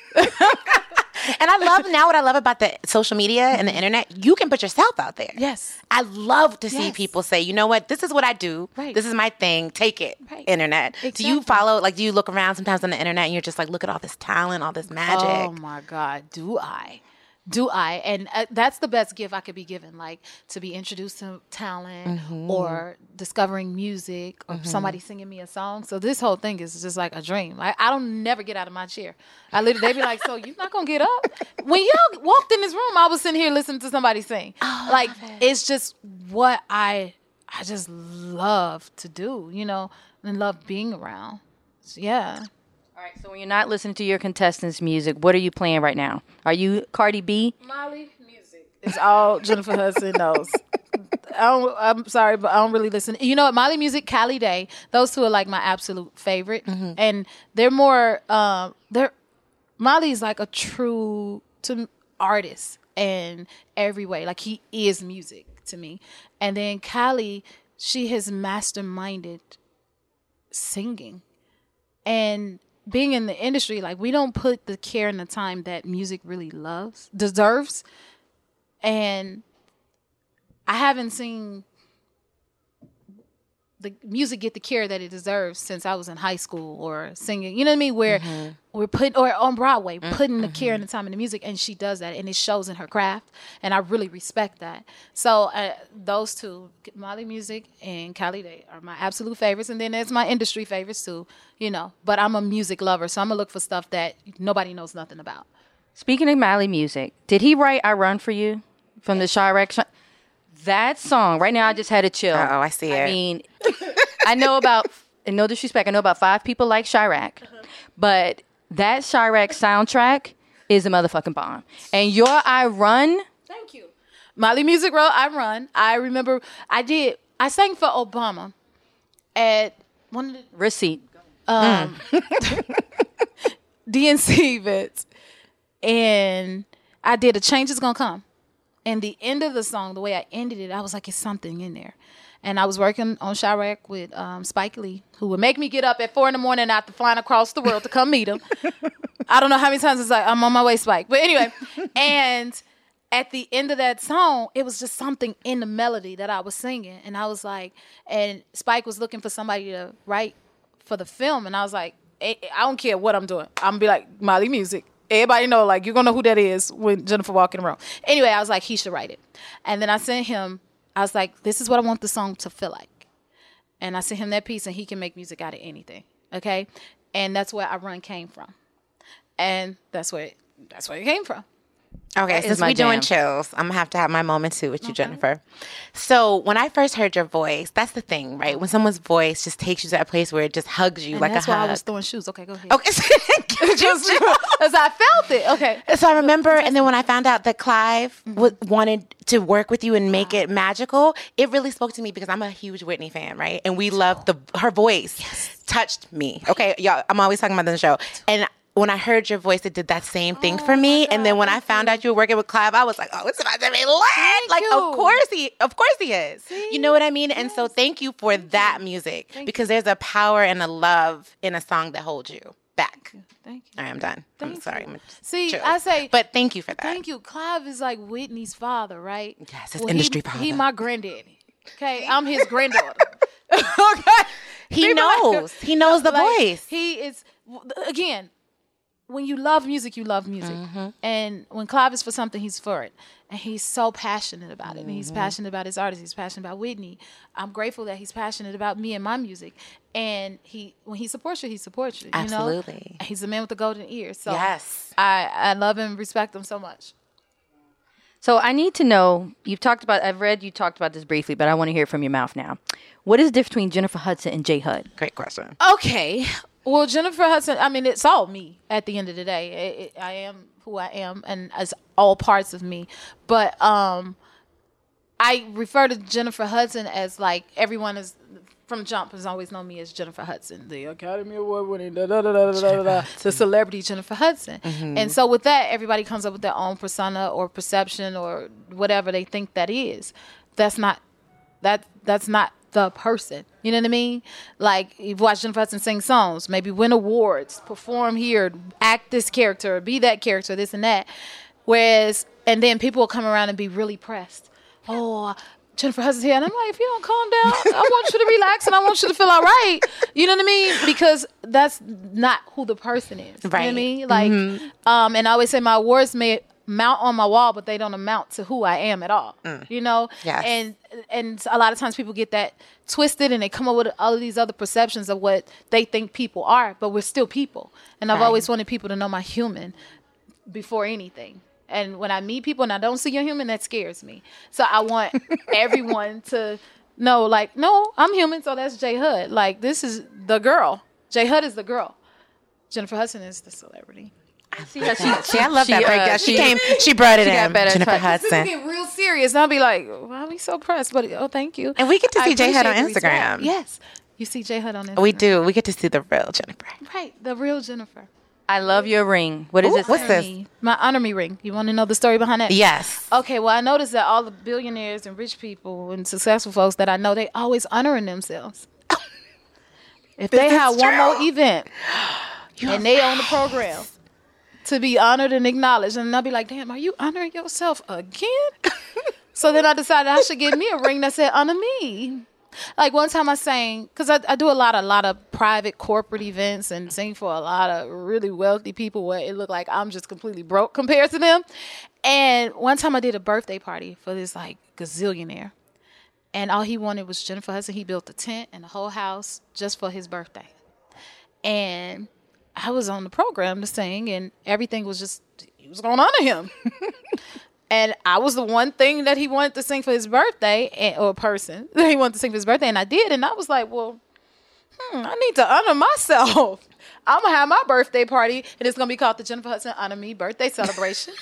Speaker 2: And I love now what I love about the social media and the internet, you can put yourself out there.
Speaker 5: Yes.
Speaker 2: I love to see
Speaker 5: Yes.
Speaker 2: people say, you know what, this is what I do.
Speaker 5: Right.
Speaker 2: This is my thing. Take it.
Speaker 5: Right.
Speaker 2: Internet. Do you
Speaker 5: Exactly.
Speaker 2: follow like do you look around sometimes on the internet and you're just like, look at all this talent, all this magic.
Speaker 5: Oh my God, do I? Do I? And uh, that's the best gift I could be given, like to be introduced to talent or discovering music or somebody singing me a song. So this whole thing is just like a dream. Like I don't never get out of my chair. I literally they be like, "So you not gonna get up?" When y'all walked in this room, I was sitting here listening to somebody sing. like it's just what I I just love to do, you know, and love being around. So, yeah.
Speaker 1: All right. So when you're not listening to your contestants' music, what are you playing right now? Are you Cardi B?
Speaker 5: Molly music. It's all Jennifer Hudson knows. I don't, I'm sorry, but I don't really listen. You know what? Molly Music, Cali Day, those two are like my absolute favorite, and they're more. Um, they're Molly's like a true to artist in every way. Like he is music to me, and then Cali, she has masterminded singing and being in the industry like we don't put the care and the time that music really loves deserves and i haven't seen the music get the care that it deserves since i was in high school or singing you know what i mean where we're putting or on broadway putting the care and the time in the music and she does that and it shows in her craft and i really respect that so uh, those two molly music and cali day are my absolute favorites and then there's my industry favorites too you know but i'm a music lover so i'm gonna look for stuff that nobody knows nothing about
Speaker 1: Speaking of Miley music, did he write "I Run for You" from the Chirac? Sh- that song right now, I just had a chill.
Speaker 2: Uh-oh, I see
Speaker 1: I
Speaker 2: it.
Speaker 1: mean, I know about and no disrespect, I know about five people like Chirac, but that Chirac soundtrack is a motherfucking bomb. And your "I Run,"
Speaker 5: Thank you. Molly Music Row, I run. I remember I did, I sang for Obama at one of the
Speaker 1: receipt.
Speaker 5: DNC events, and I did a change is gonna come. And the end of the song, the way I ended it, I was like, it's something in there. And I was working on Chirac with um, Spike Lee, who would make me get up at four in the morning after flying across the world to come meet him. I don't know how many times it's like, I'm on my way, Spike. But anyway, and at the end of that song, it was just something in the melody that I was singing. And I was like, and Spike was looking for somebody to write for the film. And I was like, I I don't care what I'm doing. I'm gonna be like Molly music. Everybody know like you're gonna know who that is when Jennifer walk in the room. Anyway, I was like he should write it, and then I sent him. I was like, this is what I want the song to feel like and I sent him that piece, and he can make music out of anything. Okay, and that's where I run came from, and that's where it, that's where it came from.
Speaker 2: Okay,
Speaker 1: is
Speaker 2: since
Speaker 1: my
Speaker 2: we're doing
Speaker 1: jam.
Speaker 2: chills, I'm gonna have to have my moment too with you, Jennifer. So when I first heard your voice, that's the thing, right? When someone's voice just takes you to that place where it just hugs you
Speaker 5: And
Speaker 2: like
Speaker 5: that's
Speaker 2: a
Speaker 5: why
Speaker 2: hug.
Speaker 5: I was throwing shoes. Okay, go ahead.
Speaker 2: okay, just,
Speaker 5: Because I felt it. Okay.
Speaker 2: so I remember, and then when I found out that Clive
Speaker 5: Mm-hmm.
Speaker 2: w- wanted to work with you and make it magical, it really spoke to me because I'm a huge Whitney fan, right? And we love the her voice touched me. Okay, y'all, I'm always talking about this show, and when I heard your voice, it did that same thing
Speaker 5: Oh
Speaker 2: for me. And then when I found out you were working with Clive, I was like, oh, it's about to be lit. Like,
Speaker 5: you.
Speaker 2: of course he, of course he is. You know what I mean? And so thank you for that music because there's a power and a love in a song that holds you back.
Speaker 5: Thank you.
Speaker 2: All right, I'm done. I'm
Speaker 5: Thank
Speaker 2: sorry.
Speaker 5: you.
Speaker 2: I'm
Speaker 5: See,
Speaker 2: True.
Speaker 5: I say,
Speaker 2: But thank you for that.
Speaker 5: thank you. Clive is like Whitney's father, right?
Speaker 2: Yes, his
Speaker 5: Well,
Speaker 2: industry
Speaker 5: he, He
Speaker 2: father.
Speaker 5: my granddaddy. Okay, I'm his granddaughter.
Speaker 2: He
Speaker 5: People like-
Speaker 2: knows. he knows the
Speaker 5: Like,
Speaker 2: voice.
Speaker 5: He is again. When you love music, you love music,
Speaker 2: Mm-hmm.
Speaker 5: and when Clive is for something, he's for it, and he's so passionate about it. And he's
Speaker 2: Mm-hmm.
Speaker 5: passionate about his artists. He's passionate about Whitney. I'm grateful that he's passionate about me and my music. And he, when he supports you, he supports you. you know?
Speaker 2: Absolutely.
Speaker 5: he's the man with the golden ear. So
Speaker 2: Yes.
Speaker 5: I I love and respect him so much.
Speaker 1: So I need to know. You've talked about. I've read you talked about this briefly, but I want to hear it from your mouth now. What is the difference between Jennifer Hudson and Jay Hud?
Speaker 2: Great question.
Speaker 5: Okay. Well, Jennifer Hudson, I mean, it's all me at the end of the day. I I I am who I am, and it's all parts of me. But um, I refer to Jennifer Hudson as like everyone is from Jump has always known me as Jennifer Hudson, the Academy Award winning, da, da, da, da, da, da, da, the celebrity Jennifer Hudson. And so with that, everybody comes up with their own persona or perception or whatever they think that is. That's not that that's not the person. You know what I mean? Like you've watched Jennifer Hudson sing songs, maybe win awards, perform here, act this character, be that character, this and that. Whereas and then people will come around and be really pressed. Oh, Jennifer Hudson's here. And I'm like, if you don't calm down, I want you to relax and I want you to feel all right. You know what I mean? Because that's not who the person is. You know what I
Speaker 2: Right. Mm-hmm.
Speaker 5: mean? Like, um, and I always say my awards may mount on my wall, but they don't amount to who I am at all. You know?
Speaker 2: Mm. Yes.
Speaker 5: And and a lot of times people get that twisted and they come up with all of these other perceptions of what they think people are, but we're still people. And I've always wanted people to know my human before anything. And when I meet people and I don't see a human, that scares me. So I want everyone to know, like, no, I'm human, so that's Jay Hud. Like, this is the girl. Jay Hud is the girl. Jennifer Hudson is the celebrity.
Speaker 1: See how she,
Speaker 2: See, I love that
Speaker 1: uh,
Speaker 2: breakdown.
Speaker 1: she-
Speaker 2: she came, she brought it
Speaker 1: she got
Speaker 2: in.
Speaker 1: better
Speaker 2: Jennifer
Speaker 1: touch.
Speaker 5: People
Speaker 2: Hudson.
Speaker 5: get real serious, and I'll be like, "Why are we so pressed?" But oh, thank you.
Speaker 2: And we get to
Speaker 5: I
Speaker 2: see J Hud on
Speaker 5: appreciate the respect.
Speaker 2: Instagram.
Speaker 5: Yes, you see J Hud on Instagram.
Speaker 2: We do. We get to see the real Jennifer.
Speaker 5: right the real Jennifer.
Speaker 1: I love your ring. What is
Speaker 2: Ooh,
Speaker 1: it?
Speaker 2: what's
Speaker 1: say?
Speaker 2: this?
Speaker 5: Me. My honor me ring. You want to know the story behind that?
Speaker 2: Yes.
Speaker 5: Okay, well, I noticed that all the billionaires and rich people and successful folks that I know, they always honoring themselves. if they
Speaker 2: This
Speaker 5: had
Speaker 2: is
Speaker 5: one more
Speaker 2: true.
Speaker 5: event and they own the program to be honored and acknowledged, and I'll be like, damn, are you honoring yourself again? so then I decided I should get me a ring that said honor me. Like one time I sang because I, I do a lot, a lot of private corporate events and sing for a lot of really wealthy people where it looked like I'm just completely broke compared to them. And one time I did a birthday party for this like gazillionaire, and all he wanted was Jennifer Hudson. He built a tent and a whole house just for his birthday, and I was on the program to sing, and everything was just he was going to honor him. And I was the one thing that he wanted to sing for his birthday, and, or person that he wanted to sing for his birthday, and I did. And I was like, well, hmm, I need to honor myself. I'm gonna have my birthday party, and it's gonna be called the Jennifer Hudson Honor Me Birthday Celebration.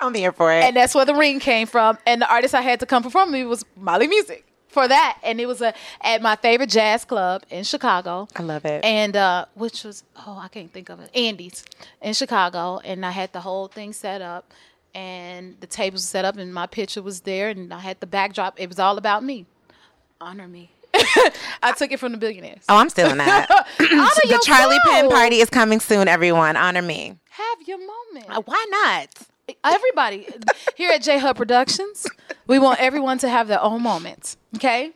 Speaker 2: I'm here for it.
Speaker 5: and that's where the ring came from. And the artist I had to come perform with me was Molly Music for that, and it was a, at my favorite jazz club in Chicago.
Speaker 2: I love it.
Speaker 5: And uh, which was oh, I can't think of it. Andy's in Chicago, and I had the whole thing set up, and the tables set up, and my picture was there, and I had the backdrop. It was all about me. Honor me. I took it from the billionaires.
Speaker 2: oh, I'm stealing that.
Speaker 5: Honor
Speaker 2: the Charlie Penn
Speaker 5: yourself.
Speaker 2: party is coming soon, everyone. Honor me.
Speaker 5: Have your moment.
Speaker 2: Why not?
Speaker 5: Everybody here at J Hub Productions, We want everyone to have their own moments. Okay.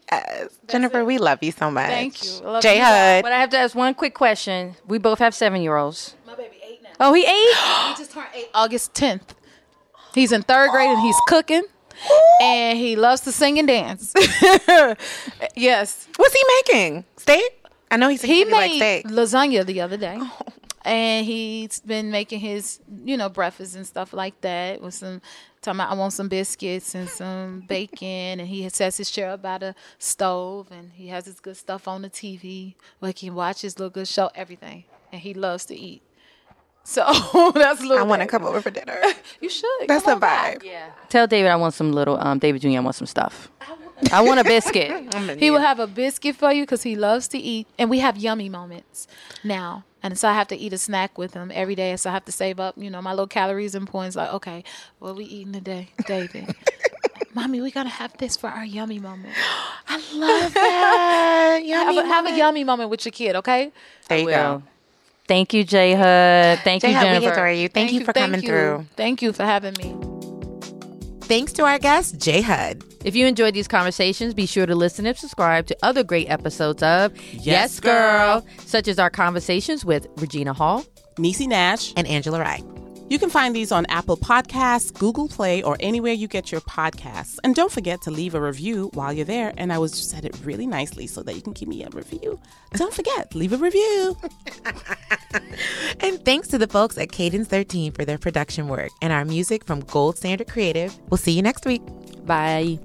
Speaker 2: Jennifer, we love you so much.
Speaker 5: Thank you. I love
Speaker 2: J
Speaker 5: you.
Speaker 6: But
Speaker 2: Hud.
Speaker 6: I have to ask one quick question. We both have seven year olds. My baby eight now. Oh, he eight?
Speaker 5: He just turned eight August 10th. He's in third grade and he's cooking. And he loves to sing and dance. yes.
Speaker 2: What's he making? Steak? I know he's he
Speaker 5: He
Speaker 2: like
Speaker 5: made
Speaker 2: steak. Oh.
Speaker 5: lasagna the other day. And he's been making his, you know, breakfast and stuff like that with some talking about I want some biscuits and some bacon and he sets his chair up by the stove and he has his good stuff on the TV where he can watch his little good show, everything. And he loves to eat. So that's little
Speaker 2: I want to
Speaker 5: baby.
Speaker 2: come over for dinner.
Speaker 5: You should.
Speaker 2: That's
Speaker 5: Come
Speaker 2: a
Speaker 5: on back.
Speaker 2: vibe.
Speaker 6: Yeah. Tell David I want some little, um, David Jr., I want some stuff. I want a biscuit.
Speaker 5: He will have a biscuit for you because he loves to eat, and we have yummy moments now. And so I have to eat a snack with him every day. So I have to save up, you know, my little calories and points. Like, okay, what we eating today, David? Mommy, we gotta have this for our yummy moment. I love
Speaker 2: Uh,
Speaker 5: that. have,
Speaker 2: yummy.
Speaker 5: a, have a yummy moment with your kid, okay?
Speaker 2: there you go.
Speaker 6: Well, thank you, J Hud. Thank you,
Speaker 2: J-Hud, we
Speaker 6: Jennifer.
Speaker 2: adore you. Thank, you for coming through.
Speaker 5: Thank you for having me.
Speaker 2: Thanks to our guest, J Hud.
Speaker 6: If you enjoyed these conversations, be sure to listen and subscribe to other great episodes of Yes, Girl, such as our conversations with Regina Hall.
Speaker 3: Niecy Nash.
Speaker 2: and Angela Rye.
Speaker 3: You can find these on Apple Podcasts, Google Play, or anywhere you get your podcasts. And don't forget to leave a review while you're there. And I was said it really nicely so that you can give me a review. Don't forget, leave a review.
Speaker 2: And thanks to the folks at Cadence 13 for their production work and our music from Gold Standard Creative. We'll see you next week.
Speaker 6: Bye.